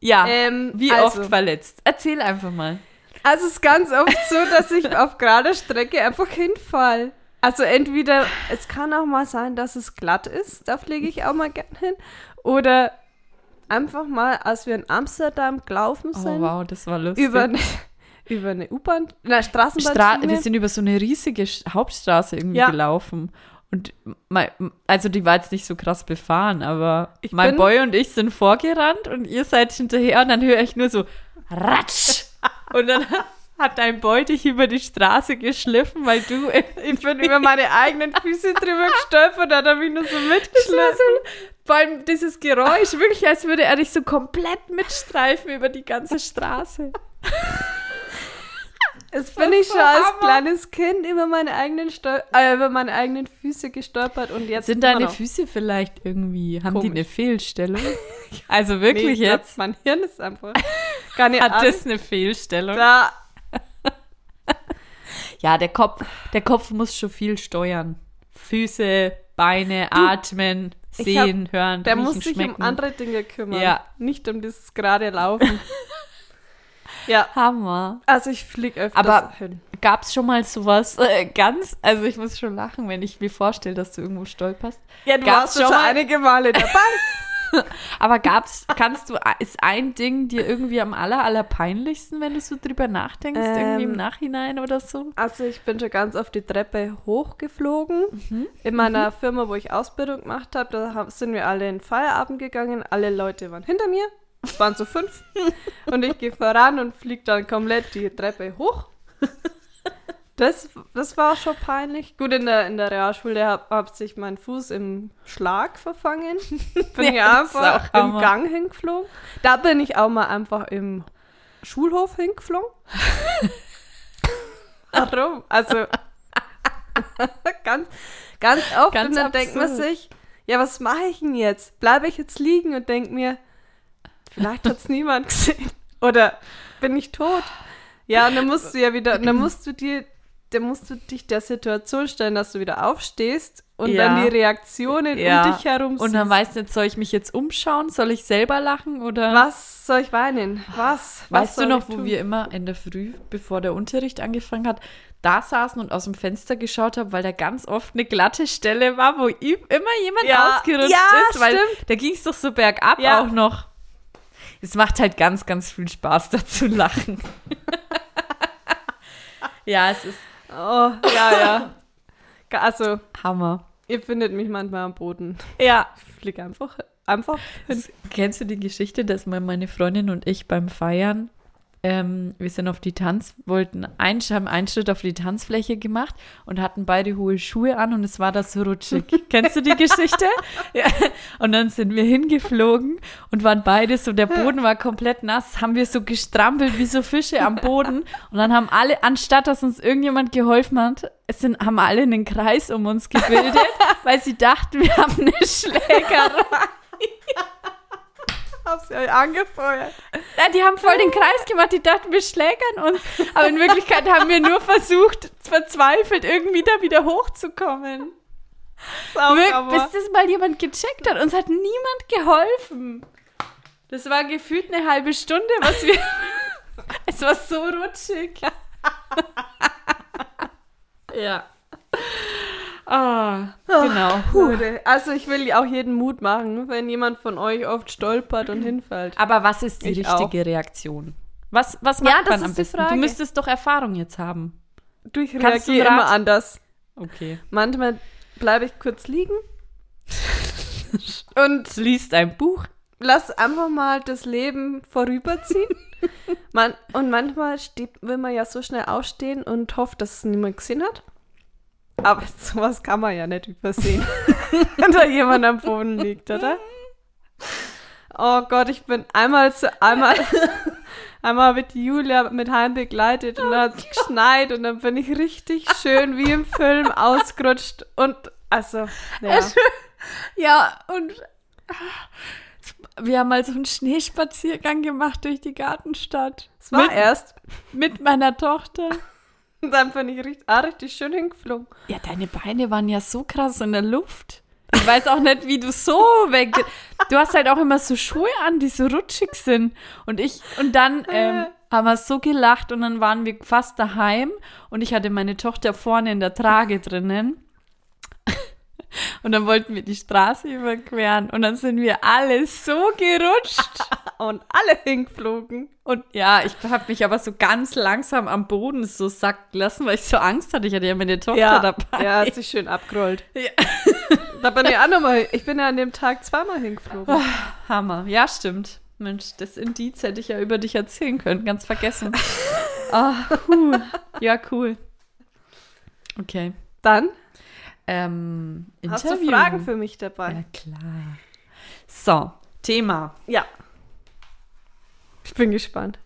Ja.
ähm,
Wie
also.
oft verletzt? Erzähl einfach mal.
Also es ist ganz oft so, dass ich auf gerader Strecke einfach hinfall. Also entweder, es kann auch mal sein, dass es glatt ist, da fliege ich auch mal gern hin. Oder einfach mal, als wir in Amsterdam gelaufen
Oh
sind,
wow, das war lustig.
über, eine, über eine U-Bahn, na Straßenbahn.
Stra
vielmehr.
wir sind über so eine riesige Sch- Hauptstraße irgendwie
Ja.
gelaufen. Und mein, also die war jetzt nicht so krass befahren, aber
Ich
mein
bin-
Boy und ich sind vorgerannt und ihr seid hinterher und dann höre ich nur so Ratsch! und dann hat dein Boy dich über die Straße geschliffen, weil du
ich bin über meine eigenen Füße drüber gestolpert, da habe ich nur so
Das war
mitgeschlagen.
so, vor allem dieses Geräusch, wirklich, als würde er dich so komplett mitstreifen über die ganze Straße.
Es bin ich
so
schon als
Hammer.
kleines Kind über meine eigenen, Stol äh, über meine eigenen Füße gestolpert und jetzt
Sind
immer
deine
noch.
Füße vielleicht irgendwie, haben
Komisch.
die eine Fehlstellung? Also wirklich
Nee, ich glaub,
jetzt?
Mein Hirn ist einfach. Gar nicht
Hat
alles
das eine Fehlstellung?
da.
Ja, der Kopf, der Kopf muss schon viel steuern. Füße, Beine, atmen,
ich
sehen, hören,
Der
riechen,
muss sich
schmecken.
um andere Dinge kümmern.
Ja.
Nicht um dieses gerade Laufen. ja.
Hammer.
Also ich flieg öfters
Aber-
hin.
Gab es schon mal sowas äh, ganz, also ich muss schon lachen, wenn ich mir vorstelle, dass du irgendwo stolperst.
Ja, du
Gab's
warst schon
schon mal-
einige Male dabei.
Aber gab's, kannst du, ist ein Ding dir irgendwie am aller, aller peinlichsten, wenn du so drüber nachdenkst, irgendwie im
Ähm.
Nachhinein oder so?
Also ich bin schon ganz oft die Treppe hochgeflogen.
Mhm.
In meiner Firma, wo ich Ausbildung gemacht habe, da ha- sind wir alle in Feierabend gegangen. Alle Leute waren hinter mir. Es waren so fünf. und ich gehe voran und fliege dann komplett die Treppe hoch. Das, das war schon peinlich. Gut, in der, in der Realschule hat hab sich mein Fuß im Schlag verfangen. Bin
Ja, das
ich
ist
einfach
auch
im
Hammer.
Gang hingeflogen. Da bin ich auch mal einfach im Schulhof hingeflogen. Warum? Also, ganz, ganz oft.
Ganz
und dann denkt man
absurd.
sich, ja, was mache ich denn jetzt? Bleibe ich jetzt liegen und denke mir, vielleicht hat es niemand gesehen. Oder bin ich tot? Ja, und dann musst du ja wieder, dann musst du dir, dann musst du dich der Situation stellen, dass du wieder aufstehst und
Ja.
dann die Reaktionen um dich herum
Und dann
siehst.
weißt du nicht, soll ich mich jetzt umschauen? Soll ich selber lachen? Oder
was soll ich weinen? Was? was
weißt
soll
du
ich
noch, wo
tun?
wir immer in der Früh, bevor der Unterricht angefangen hat, da saßen und aus dem Fenster geschaut haben, weil da ganz oft eine glatte Stelle war, wo ihm immer jemand
Ja.
ausgerutscht
Ja,
ist, weil
stimmt.
da ging es doch so bergab
Ja.
auch noch. Es macht halt ganz, ganz viel Spaß, da zu lachen. ja, es ist
Oh, ja, ja. Ga- Also,
Hammer.
ihr findet mich manchmal am Boden.
Ja,
Ich fliege einfach, einfach hin.
Kennst du die Geschichte, dass mal meine Freundin und ich beim Feiern, ähm, wir sind auf die Tanz, wollten einen, haben einen Schritt auf die Tanzfläche gemacht und hatten beide hohe Schuhe an und es war das so rutschig. Kennst du die Geschichte? ja. Und dann sind wir hingeflogen und waren beide so, der Boden war komplett nass, haben wir so gestrampelt wie so Fische am Boden und dann haben alle, anstatt dass uns irgendjemand geholfen hat, es sind, haben alle einen Kreis um uns gebildet, weil sie dachten, wir haben eine Schlägerei.
Hab's euch angefeuert.
Ja, die haben voll den Kreis gemacht, die dachten, wir schlägern uns. Aber in Wirklichkeit haben wir nur versucht, verzweifelt irgendwie da wieder hochzukommen. Wir, bis
Sauber.
das mal jemand gecheckt hat. Uns hat niemand geholfen. Das war gefühlt eine halbe Stunde, was wir. es war so rutschig. ja. Ah, genau. Puh.
Leute, Also ich will auch jeden Mut machen, wenn jemand von euch oft stolpert und hinfällt.
Aber was ist die
Ich
richtige Reaktion? Was, was
Ja,
macht
das
man am
ist die
besten?
Frage.
Du müsstest doch Erfahrung jetzt haben.
Du, ich
Kannst du
reagiere
einen
immer
Rat?
anders.
Okay.
Manchmal bleibe ich kurz liegen und
Du liest ein Buch.
lass einfach mal das Leben vorüberziehen. Man, und manchmal steht, will man ja so schnell aufstehen und hofft, dass es niemand gesehen hat. Aber sowas kann man ja nicht übersehen, wenn da jemand am Boden liegt, oder? Oh Gott, ich bin einmal zu, einmal, einmal mit Julia mit heim begleitet und dann hat es geschneit und dann bin ich richtig schön wie im Film ausgerutscht und also, ja.
Ja, und wir haben mal so einen Schneespaziergang gemacht durch die Gartenstadt.
Es war
mit,
erst.
mit meiner Tochter.
Und dann bin ich richtig, ah, richtig schön hingeflogen.
Ja, deine Beine waren ja so krass in der Luft. Ich weiß auch nicht, wie du so weg. Du hast halt auch immer so Schuhe an, die so rutschig sind. Und ich, und dann ähm, haben wir so gelacht und dann waren wir fast daheim und ich hatte meine Tochter vorne in der Trage drinnen. Und dann wollten wir die Straße überqueren und dann sind wir alle so gerutscht.
und alle hingeflogen.
Und ja, ich habe mich aber so ganz langsam am Boden so sacken lassen, weil ich so Angst hatte. Ich hatte ja meine Tochter dabei.
ja, hat sich schön abgerollt.
Ja.
Da bin ich auch nochmal, ich bin ja an dem Tag zweimal hingeflogen.
Ah. Hammer. Ja, stimmt. Mensch, das Indiz hätte ich ja über dich erzählen können. Ganz vergessen. Ah, puh. Ja, cool. Okay.
Dann
Ähm,
hast
Interview.
du Fragen für mich
Ja,
dabei.
klar. So, Thema.
Ja. Ich bin gespannt.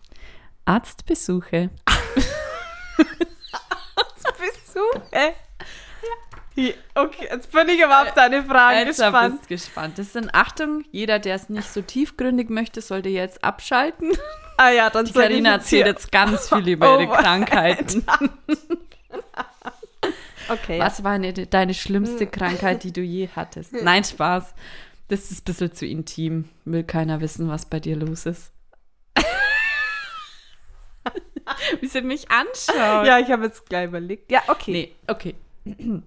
Arztbesuche.
Bist du? Äh. Ja. Okay, jetzt bin Ah, ich aber auf deine Fragen
Äh, Jetzt
gespannt.
Also, bist gespannt. Das sind, Achtung, jeder, der es nicht so tiefgründig möchte, sollte jetzt abschalten.
Ah ja, dann
Die
soll ich
Karina
jetzt hier-
erzählt jetzt ganz viel über ihre
Over-
Krankheiten.
Okay.
Was war eine, deine schlimmste
Hm.
Krankheit, die du je hattest? Nein, Spaß. Das ist ein bisschen zu intim. Will keiner wissen, was bei dir los ist. Wie sie mich anschaut.
Ja, ich habe jetzt gleich überlegt. Ja, okay.
Nee, okay.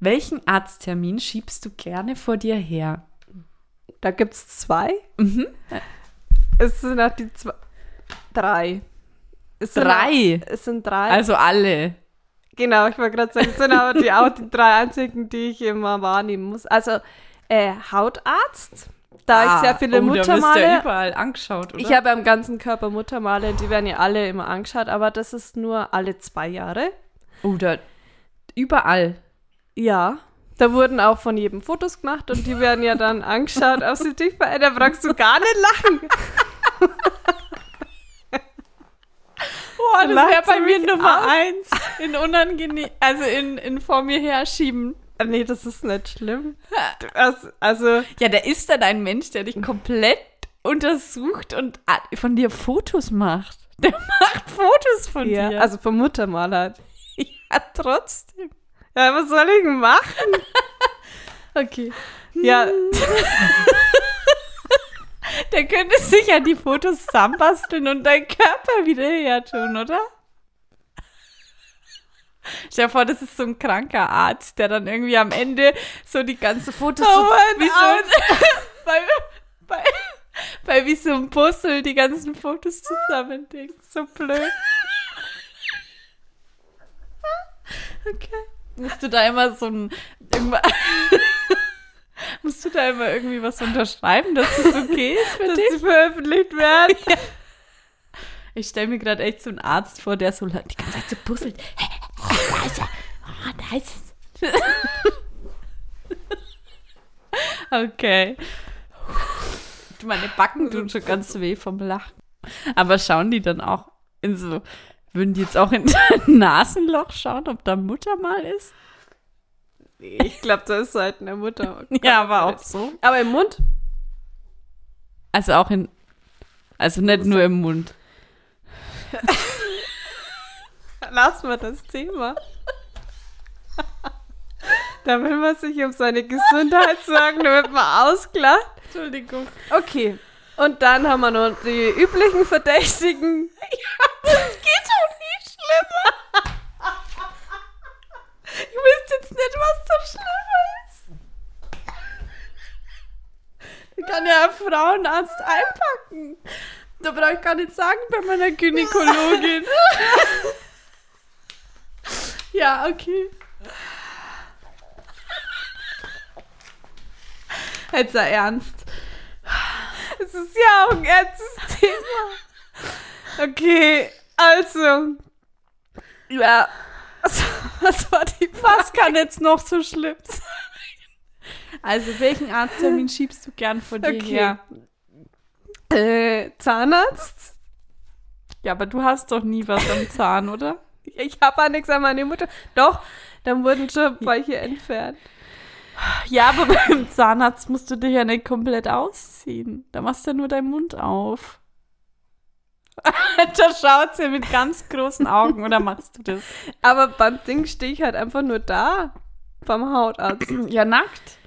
Welchen Arzttermin schiebst du gerne vor dir her?
Da gibt es zwei.
Mhm.
Es sind auch die zwei. Drei. Es sind
Drei?
Auch, es sind drei.
Also alle.
Genau, ich wollte gerade sagen, es sind aber die, auch die drei einzigen, die ich immer wahrnehmen muss. Also äh, Hautarzt, da ich sehr viele
oh, Da wirst du ja
Muttermale.
überall angeschaut, oder?
Ich habe am ganzen Körper Muttermale, die werden ja alle immer angeschaut, aber das ist nur alle zwei Jahre.
Oder überall.
Ja. Da wurden auch von jedem Fotos gemacht und die werden ja dann angeschaut, ob sie dich verändern. Da brauchst du gar nicht lachen.
Boah,
das wär bei mir Nummer
eins. In unangenehm, also in, in vor mir herschieben.
Ah, Nee, das ist nicht schlimm. Das, also,
Ja, da ist dann ein Mensch, der dich komplett untersucht und a- von dir Fotos macht. Der macht Fotos von
ja,
dir.
also vom Muttermal halt.
ja, trotzdem.
Ja, was soll ich denn machen?
Okay.
Ja,
Der könnte sich ja die Fotos zusammenbasteln und deinen Körper wieder her tun, oder? Stell dir vor, das ist so ein kranker Arzt, der dann irgendwie am Ende so die ganzen Fotos so,
Mann,
wie so ein, bei, bei, bei wie so ein Puzzle die ganzen Fotos zusammendeckt. So blöd. Okay. Musst du da immer so ein irgendwa- Musst du da immer irgendwie was unterschreiben, dass das okay ist für
dass
dich?
sie veröffentlicht werden.
Ich stelle mir gerade echt so einen Arzt vor, der so la- die ganze Zeit so puzzelt. da ist er. Ah, da ist es. okay. Du, meine Backen tun schon ganz weh vom Lachen. Aber schauen die dann auch in so, würden die jetzt auch in dein Nasenloch schauen, ob da Mutter mal ist?
Ich glaube, das ist halt eine Mutter.
Ja, aber auch so.
Aber im Mund?
Also auch in, also nicht nur im Mund.
Lassen wir das Thema. Da will man sich um seine Gesundheit sorgen, da wird man ausgelacht.
Entschuldigung.
Okay. Und dann haben wir noch die üblichen Verdächtigen. Ja, das geht schon viel schlimmer.
Ich wüsste jetzt nicht, was so schlimm ist. Ich kann ja einen Frauenarzt einpacken. Da brauche ich gar nicht sagen bei meiner Gynäkologin. ja, okay. Jetzt sei ernst.
Es ist ja auch ein ernstes Thema. Okay, also. Ja. Was, was war die
Was kann jetzt noch so schlimm sein? Also, welchen Arzttermin schiebst du gern vor dir
Okay.
her?
äh, Zahnarzt?
Ja, aber du hast doch nie was am Zahn, oder?
Ich habe nichts an meine Mutter. Doch, dann wurden schon welche entfernt.
Ja, aber beim Zahnarzt musst du dich ja nicht komplett ausziehen. Da machst du ja nur deinen Mund auf. da schaut sie mit ganz großen Augen oder machst du das?
Aber beim Ding stehe ich halt einfach nur da. Beim Hautarzt.
Ja, nackt.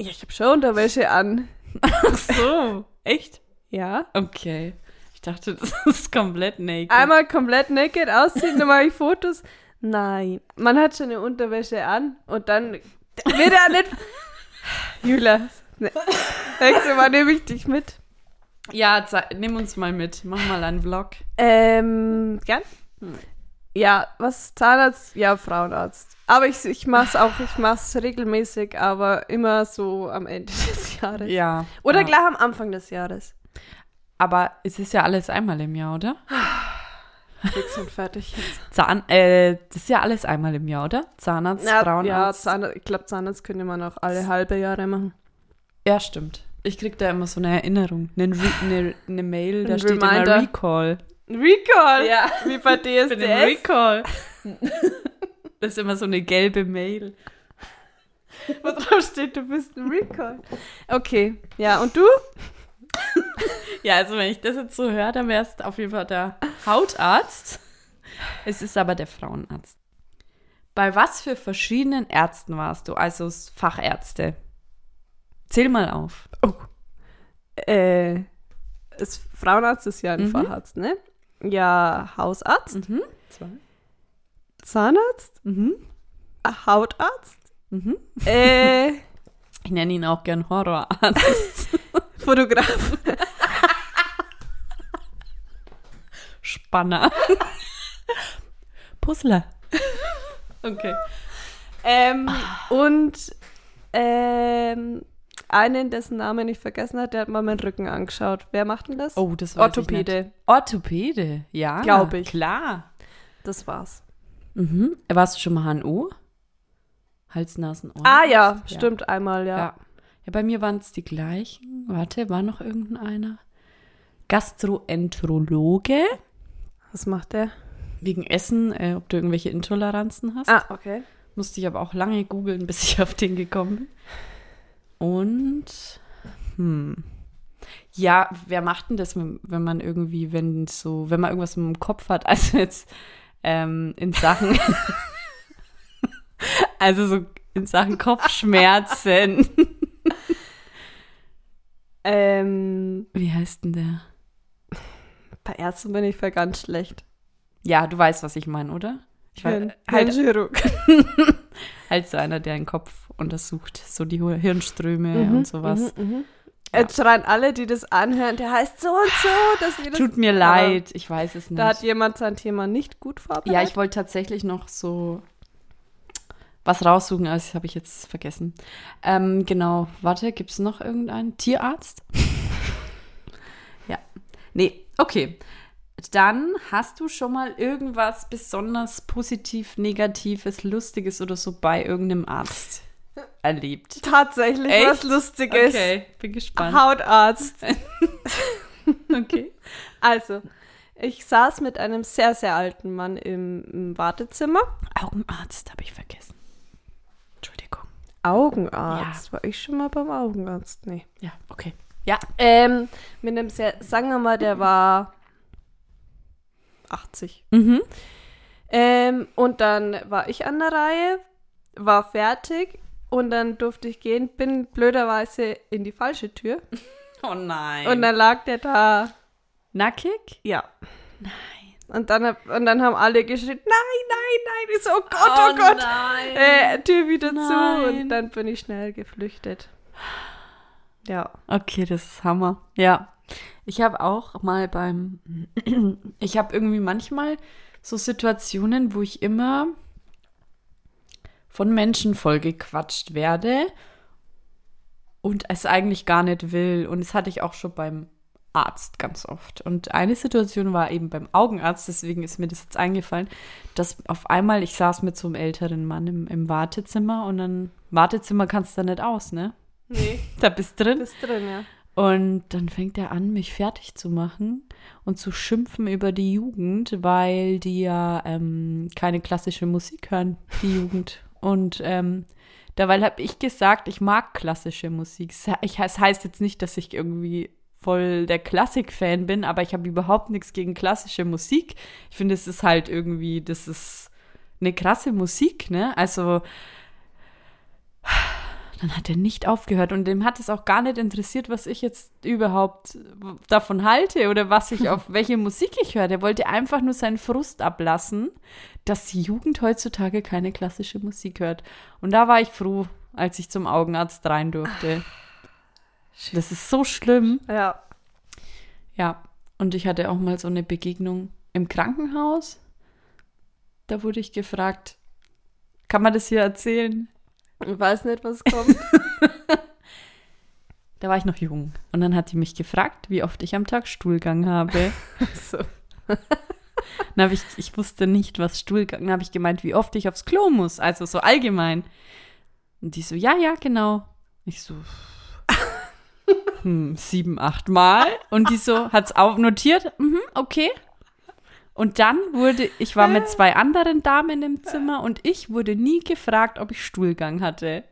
Ja, ich habe schon Unterwäsche an.
Ach so. Echt?
Ja.
Okay. Ich dachte, das ist komplett naked.
Einmal komplett naked ausziehen, dann mache ich Fotos. Nein, man hat schon eine Unterwäsche an und dann wird er nicht. Julia, ne, nächstes Mal nehme ich dich mit.
ja, ze- nimm uns mal mit. Mach mal einen Vlog.
Ähm, gern? Ja, was? Zahnarzt? Ja, Frauenarzt. Aber ich, ich mach's auch, ich mach's regelmäßig, aber immer so am Ende des Jahres.
Ja.
Oder
ja.
gleich am Anfang des Jahres.
Aber es ist ja alles einmal im Jahr, oder?
Fix und fertig jetzt.
Zahn, äh, das ist ja alles einmal im Jahr, oder? Zahnarzt,
Na, ja,
Frauenarzt.
Zahnarzt, ich glaube, Zahnarzt könnte man auch alle halbe Jahre machen.
Ja, stimmt. Ich krieg da immer so eine Erinnerung, eine, Re eine, eine Mail, da
Ein
steht
Reminder.
immer Recall.
Recall! Ja. Wie bei
Für den
DSDS.
Recall. das ist immer so eine gelbe Mail.
Wo drauf steht, du bist ein Recall. Okay, ja, und du?
Ja, also wenn ich das jetzt so höre, dann wärst auf jeden Fall der Hautarzt. Es ist aber der Frauenarzt. Bei was für verschiedenen Ärzten warst du? Also s- Fachärzte. Zähl mal auf.
Äh, ist, Frauenarzt ist ja ein
Mhm.
Facharzt, ne? Ja, Hausarzt,
Mhm. Zwei.
Zahnarzt,
Mhm.
äh, Hautarzt,
Mhm.
äh,
Ich nenne ihn auch gern Horrorarzt.
Fotograf.
Spanner. Puzzler. Okay.
Ähm,
Ah.
und ähm, einen, dessen Namen ich vergessen habe, der hat mal meinen Rücken angeschaut. Wer macht denn das?
Oh, das weiß ich
Orthopäde.
nicht. Orthopäde, ja.
Glaub ich.
Klar.
Das war's.
Mhm. Warst du schon mal HNO? Hals, Nasen, Ohren.
Ah ja, stimmt einmal,
Oh, Ja.
ja.
ja. Ja, bei mir waren es die gleichen. Warte, war noch irgendeiner? Gastroenterologe.
Was macht der?
Wegen Essen, äh, ob du irgendwelche Intoleranzen hast.
Ah, okay.
Musste ich aber auch lange googeln, bis ich auf den gekommen bin. Und, hm. Ja, wer macht denn das, wenn wenn man irgendwie, wenn so, wenn man irgendwas im Kopf hat, also jetzt ähm, in Sachen, also so in Sachen Kopfschmerzen.
Ähm,
Wie heißt denn der?
bei Ärzten bin ich für ganz schlecht.
Ja, du weißt, was ich meine, oder? Ich
Hirn-
war halt,
Hirnchirurg.
halt so einer, der den Kopf untersucht, so die Hu- Hirnströme und sowas.
Mhm, mhm. Jetzt schreien alle, die das anhören, der heißt so und so. dass wir Das
Tut mir leid, ich weiß es nicht.
Da hat jemand sein Thema nicht gut vorbereitet.
Ja, ich wollte tatsächlich noch so was raussuchen, aber das habe ich jetzt vergessen. Ähm, genau, warte, gibt es noch irgendeinen Tierarzt? ja. Nee, okay. Dann hast du schon mal irgendwas besonders positiv, negatives, lustiges oder so bei irgendeinem Arzt erlebt?
tatsächlich
Echt?
was Lustiges.
Okay, bin gespannt.
Hautarzt.
Okay.
Also, ich saß mit einem sehr, sehr alten Mann im, im Wartezimmer.
Augenarzt habe ich vergessen. Entschuldigung.
Augenarzt. War ich schon mal beim Augenarzt? Nee.
Ja, okay. Ja.
Ähm, mit einem sehr, sagen wir mal, der war 80.
Mhm.
Ähm, und dann war ich an der Reihe, war fertig und dann durfte ich gehen, bin blöderweise in die falsche Tür.
Oh nein.
Und dann lag der da.
Nackig?
Ja. Nein. Und dann, hab- und dann haben alle geschrien, nein, nein, nein. Ich so, oh Gott, oh, Gott.
Nein.
Äh, Tür wieder zu.
Nein.
Und dann bin ich schnell geflüchtet. Ja.
Okay, das ist Hammer. Ja. Ich habe auch mal beim. Ich habe irgendwie manchmal so Situationen, wo ich immer von Menschen vollgequatscht werde und es eigentlich gar nicht will. Und das hatte ich auch schon beim Arzt ganz oft. Und eine Situation war eben beim Augenarzt, deswegen ist mir das jetzt eingefallen, dass auf einmal ich saß mit so einem älteren Mann im, im Wartezimmer und dann Wartezimmer kannst du da nicht aus, ne?
Nee,
Da bist drin.
bist drin, ja.
Und dann fängt er an, mich fertig zu machen und zu schimpfen über die Jugend, weil die ja ähm, keine klassische Musik hören, die Jugend. Und ähm, dabei habe ich gesagt, ich mag klassische Musik. Es he- ich- Es heißt jetzt nicht, dass ich irgendwie voll der Klassik-Fan bin, aber ich habe überhaupt nichts gegen klassische Musik. Ich finde, es ist halt irgendwie, das ist eine krasse Musik, ne? Also dann hat er nicht aufgehört und dem hat es auch gar nicht interessiert, was ich jetzt überhaupt davon halte oder was ich auf welche Musik ich höre. Der wollte einfach nur seinen Frust ablassen, dass die Jugend heutzutage keine klassische Musik hört. Und da war ich froh, als ich zum Augenarzt rein durfte. Das ist so schlimm.
Ja.
Ja, und ich hatte auch mal so eine Begegnung im Krankenhaus. Da wurde ich gefragt, kann man das hier erzählen?
Ich weiß nicht, was kommt.
Da war ich noch jung. Und dann hat die mich gefragt, wie oft ich am Tag Stuhlgang habe. so. Dann habe ich, ich wusste nicht, was Stuhlgang, dann habe ich gemeint, wie oft ich aufs Klo muss, also so allgemein. Und die so, ja, ja, genau. Ich so, hm, sieben, acht Mal. Und die so, hat's auch notiert, mhm, okay. Und dann wurde, ich war mit zwei anderen Damen im Zimmer und ich wurde nie gefragt, ob ich Stuhlgang hatte.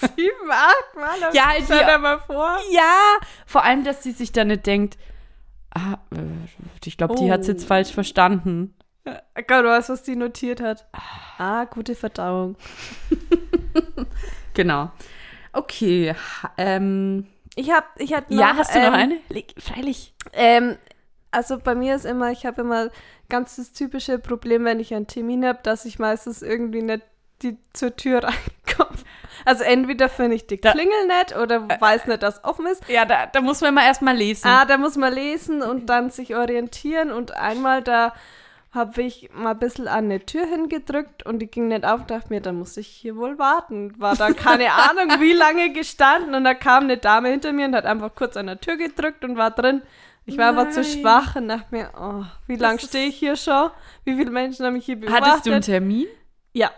Sieben, acht Mal.
Ja, halt
stell
die-
dir mal vor.
Ja, vor allem, dass sie sich dann nicht denkt, ah, äh, ich glaube, die hat es jetzt
Oh.
falsch verstanden.
Oh Gott, du weißt, was die notiert hat. Ah, gute Verdauung.
Genau. Okay. Ähm,
Ich hab, ich hatte noch,
ja, hast du
ähm,
noch eine? Leg- Freilich.
Ähm, also bei mir ist immer, ich habe immer ganz das typische Problem, wenn ich einen Termin habe, dass ich meistens irgendwie nicht die, zur Tür reinkomme. Also entweder finde ich die
Da-
Klingel nicht oder weiß nicht, dass offen ist.
Ja, da, da muss man immer erstmal lesen.
Ah, da muss man lesen und dann sich orientieren. Und einmal da habe ich mal ein bisschen an eine Tür hingedrückt und die ging nicht auf. Dachte mir, dann muss ich hier wohl warten. War da keine Ahnung, wie lange gestanden. Und da kam eine Dame hinter mir und hat einfach kurz an der Tür gedrückt und war drin. Ich war aber zu
Nein.
schwach und dachte mir, oh, wie lange
ist-
stehe ich hier schon? Wie viele Menschen haben mich hier beobachtet?
Hattest du einen Termin?
Ja.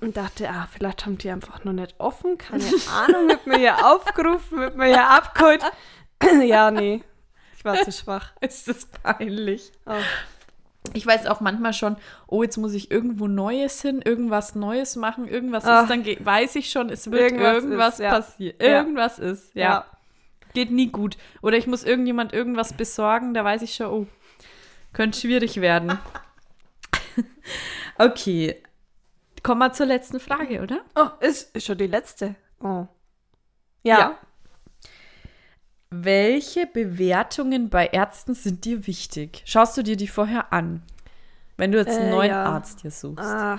Und dachte, ah, vielleicht haben die einfach nur nicht offen. Keine Ahnung, wird mir hier aufgerufen, wird mir hier abgeholt. ja, nee. Ich war zu schwach.
Ist das peinlich?
Oh.
Ich weiß auch manchmal schon, oh, jetzt muss ich irgendwo Neues hin, irgendwas Neues machen, irgendwas
Ach.
ist, dann ge- weiß ich schon, es wird
Irgendwas
Ah. irgendwas,
ist, ja.
passieren.
Ja.
Irgendwas ist, ja.
Ja.
Geht nie gut. Oder ich muss irgendjemand irgendwas besorgen, da weiß ich schon, oh, könnte schwierig werden. okay. Kommen wir zur letzten Frage, oder?
Oh, ist, ist schon die letzte. Oh. Ja.
Ja. Welche Bewertungen bei Ärzten sind dir wichtig? Schaust du dir die vorher an? Wenn du jetzt einen
Äh,
neuen
ja.
Arzt dir suchst.
Ah,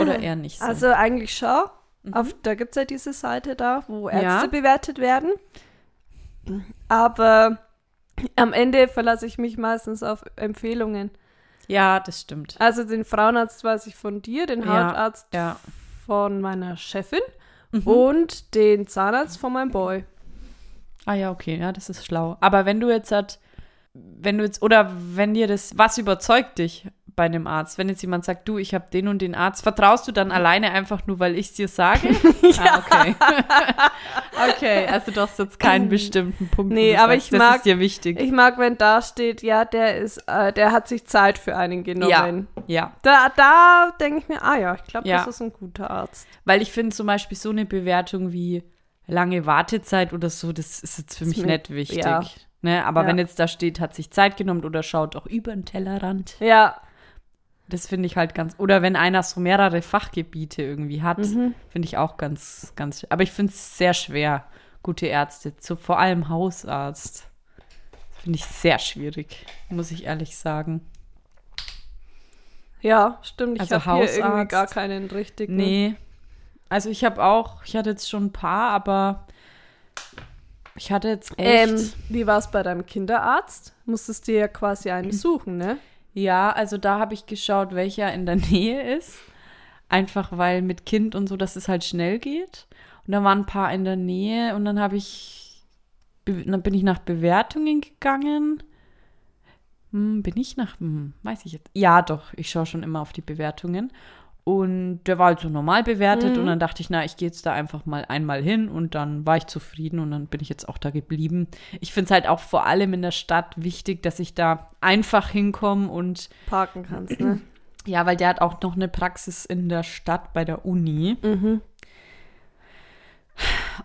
Oder eher nicht so.
also eigentlich schon. Auf, da gibt es ja diese Seite da, wo Ärzte
Mhm. Ja.
bewertet werden. Aber am Ende verlasse ich mich meistens auf Empfehlungen.
ja, das stimmt.
Also den Frauenarzt weiß ich von dir, den
Ja,
Hautarzt
ja.
von meiner Chefin
Mhm.
und den Zahnarzt von meinem Boy.
Ah ja, okay, ja, das ist schlau. Aber wenn du jetzt hat, wenn du jetzt, oder wenn dir das, was überzeugt dich bei einem Arzt? Wenn jetzt jemand sagt, du, ich habe den und den Arzt, vertraust du dann alleine einfach nur, weil ich es dir sage? Mhm. ja. Ah, okay. okay, also du hast jetzt keinen bestimmten Punkt. wo
Nee,
du
aber
sagst,
ich
das
mag-
ist dir wichtig.
Ich mag, wenn da steht, ja, der ist, äh, der hat sich Zeit für einen
ja,
genommen.
ja,
Da, da denke ich mir, ah ja, ich glaube,
Ja.
das ist ein guter Arzt.
weil ich finde zum Beispiel so eine Bewertung wie lange Wartezeit oder so, das ist jetzt für mich
mir-
nicht wichtig.
ja.
Ne? Aber
Ja.
wenn jetzt da steht, hat sich Zeit genommen oder schaut auch über den Tellerrand,
Ja,
Das finde ich halt ganz. Oder wenn einer so mehrere Fachgebiete irgendwie hat, finde ich auch ganz, ganz. Aber ich finde es sehr schwer, gute Ärzte zu, vor allem Hausarzt. Finde ich sehr schwierig, muss ich ehrlich sagen.
ja, stimmt. Ich
Also
habe hier irgendwie
Hausarzt.
gar keinen richtigen.
Nee. Also ich habe auch, ich hatte jetzt schon ein paar, aber ich hatte jetzt echt.
Ähm, wie war es bei deinem Kinderarzt? Musstest dir ja quasi
Mhm.
einen suchen, ne?
Ja, also da habe ich geschaut, welcher in der Nähe ist. Einfach weil mit Kind und so, dass es halt schnell geht. Und da waren ein paar in der Nähe und dann habe ich, be- dann bin ich nach Bewertungen gegangen. Hm, bin ich nach, hm, weiß ich jetzt. Ja, doch, ich schaue schon immer auf die Bewertungen. Und der war halt so normal bewertet und dann dachte ich, na, ich gehe jetzt da einfach mal einmal hin und dann war ich zufrieden und dann bin ich jetzt auch da geblieben. Ich finde es halt auch vor allem in der Stadt wichtig, dass ich da einfach hinkomme und
Parken kannst, ne?
ja, weil der hat auch noch eine Praxis in der Stadt bei der Uni.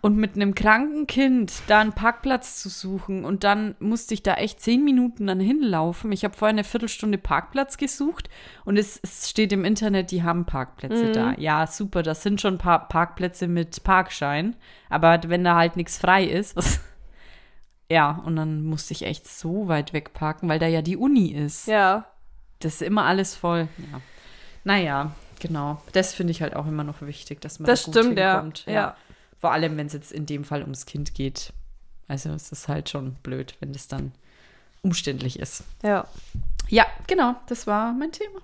Und mit einem kranken Kind da einen Parkplatz zu suchen und dann musste ich da echt zehn Minuten dann hinlaufen. Ich habe vorher eine Viertelstunde Parkplatz gesucht und es, es steht im Internet, die haben Parkplätze da. Ja, super, das sind schon ein paar Parkplätze mit Parkschein. Aber wenn da halt nichts frei ist, was. Ja, und dann musste ich echt so weit weg parken, weil da ja die Uni ist.
Ja.
Das ist immer alles voll. Ja. Naja, genau. Das finde ich halt auch immer noch wichtig, dass man
Das
da gut
stimmt, ja.
hinkommt.
Ja.
Vor allem, wenn es jetzt in dem Fall ums Kind geht. Also es ist halt schon blöd, wenn es dann umständlich ist.
Ja.
Ja, genau. Das war mein Thema.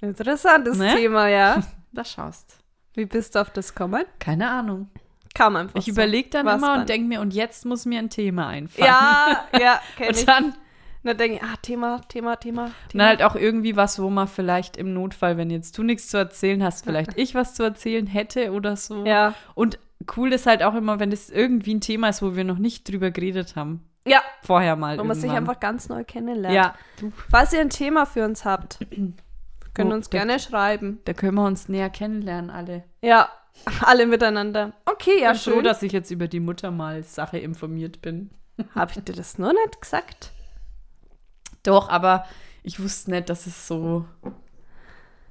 Interessantes
Ne?
Thema, ja.
Da schaust.
Wie bist du auf das kommen?
Keine Ahnung.
Kam einfach.
Ich
so.
überlege dann
War's
immer
dann.
und denke mir, und jetzt muss mir ein Thema einfallen.
Ja, ja, kenn ich.
Und dann,
Und dann denke ich, ah, Thema, Thema, Thema.
und dann
Thema.
halt auch irgendwie was, wo man vielleicht im Notfall, wenn jetzt du nichts zu erzählen hast, vielleicht ich was zu erzählen hätte oder so.
ja.
Und cool ist halt auch immer, wenn es irgendwie ein Thema ist, wo wir noch nicht drüber geredet haben.
Ja.
Vorher mal.
Wo man sich
irgendwann.
einfach ganz neu kennenlernt.
Ja,
Falls ihr ein Thema für uns habt, könnt ihr
Oh,
uns
da-
gerne schreiben.
da können wir uns näher kennenlernen, alle.
Ja, alle miteinander. Okay, ja,
ich bin froh,
schön.
dass ich jetzt über die Mutter mal Sache informiert bin.
Habe ich dir das nur nicht gesagt?
Doch, aber ich wusste nicht, dass es so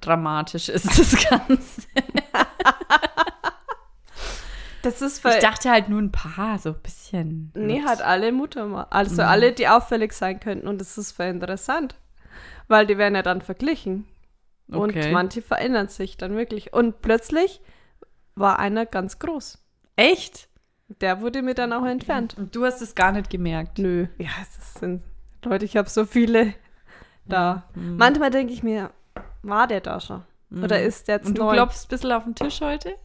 dramatisch ist, das Ganze.
Das ist
Ich
weil.
dachte halt nur ein paar, so ein bisschen.
Nee, halt hat alle Mutter mal. Also alle, die auffällig sein könnten. Und das ist voll interessant. Weil die werden ja dann verglichen.
Okay.
Und manche verändern sich dann wirklich. Und plötzlich war einer ganz groß.
Echt?
Der wurde mir dann auch entfernt.
Und du hast es gar nicht gemerkt.
Nö. Ja, es sind Leute, ich habe so viele da.
Hm,
Manchmal denke ich mir, war der da schon? Oder ist der jetzt
Und du
neu?
klopfst ein bisschen auf den Tisch heute?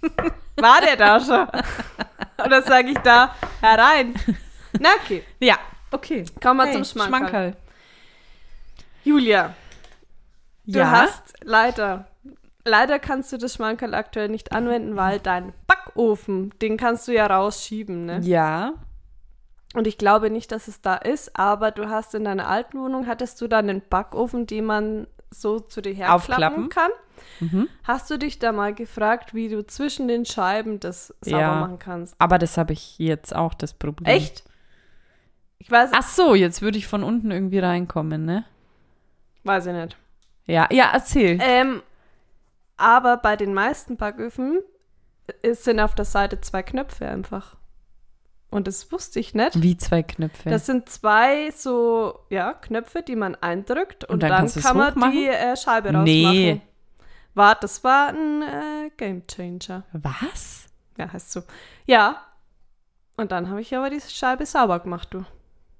war der da schon? Oder sage ich da herein? Na okay.
Ja, Okay.
Kommen wir
Hey,
zum Schmankerl.
Schmankerl.
Julia, du
ja.
hast leider, leider kannst du das Schmankerl aktuell nicht anwenden, weil dein Backofen, den kannst du ja rausschieben, ne?
Ja.
Und ich glaube nicht, dass es da ist, aber du hast in deiner alten Wohnung, hattest du da einen Backofen, den man so zu dir herklappen
Aufklappen.
kann.
Mhm.
Hast du dich da mal gefragt, wie du zwischen den Scheiben das sauber
Ja.
machen kannst?
Aber das habe ich jetzt auch das Problem.
Echt? Ich weiß,
Ach so, jetzt würde ich von unten irgendwie reinkommen, ne?
weiß ich nicht.
Ja, ja, erzähl.
Ähm, aber bei den meisten Backöfen ist, sind auf der Seite zwei Knöpfe einfach. Und das wusste ich nicht.
Wie zwei Knöpfe.
Das sind zwei so, ja, Knöpfe, die man eindrückt und,
Und dann
dann,
kannst du's
kann man
hochmachen?
die äh, Scheibe rausmachen.
Nee.
Warte, das war ein äh, Game Changer.
Was?
Ja, heißt so. Ja. Und dann habe ich aber die Scheibe sauber gemacht, du.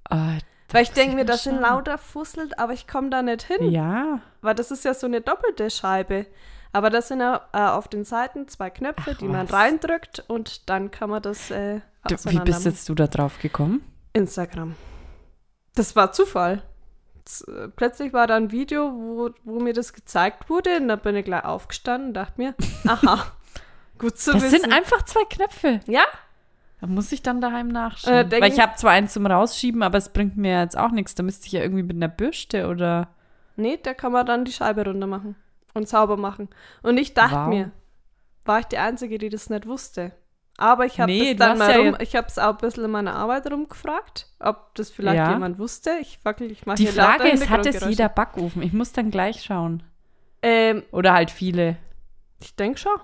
Ah,
Weil ich
muss
denke mir,
mal
das sind
schauen.
lauter Fusselt, aber ich komme da nicht hin.
Ja.
Weil das ist ja so eine doppelte Scheibe. Aber das sind ja, äh, auf den Seiten zwei Knöpfe,
Ach,
die man
was.
reindrückt und dann kann man das äh,
Du, wie bist
auseinander-
jetzt du da drauf gekommen?
Instagram. Das war Zufall. Z- äh, Plötzlich war da ein Video, wo, wo mir das gezeigt wurde und da bin ich gleich aufgestanden und dachte mir, aha, gut zu
Das
wissen.
sind einfach zwei Knöpfe.
ja,
Da muss ich dann daheim
Äh,
nachschauen.
denk
Weil ich
ich-
habe zwar eins zum Rausschieben, aber es bringt mir jetzt auch nichts. Da müsste ich ja irgendwie mit einer Bürste oder.
nee, da kann man dann die Scheibe runter machen und sauber machen. Und ich dachte
Wow.
mir, war ich die Einzige, die das nicht wusste. Aber ich habe
Nee,
es
du
dann
hast
mal
ja
rum,
jetzt-
ich habe es auch ein bisschen in meiner Arbeit rumgefragt, ob das vielleicht
Ja.
jemand wusste. Ich wackel, ich mache
Die
hier lauter
Frage ist, hat es
Hintergrundgeräusche.
jeder Backofen? Ich muss dann gleich schauen.
Ähm,
Oder halt viele.
ich denke schon.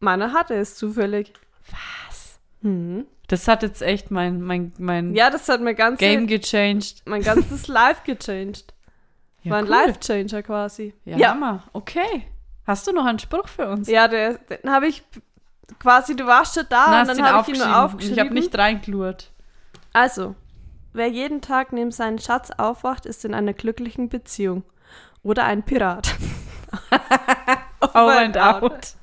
Meiner hatte es zufällig.
Was?
Mhm.
Das hat jetzt echt mein, mein, mein
Ja, das hat mir ganze,
Game gechanged.
mein ganzes Life gechanged.
Ja,
War ein
cool.
Life-Changer quasi.
Ja, Hammer. Okay. Hast du noch einen Spruch für uns?
ja der, den habe ich quasi, du warst schon da und
Na, hast
dann
ihn
habe ich ihn nur
aufgeschrieben.
aufgeschrieben.
Ich habe nicht reingelurrt.
also, wer jeden Tag neben seinem Schatz aufwacht, ist in einer glücklichen Beziehung. Oder ein Pirat.
Over and
Oh and out.
out.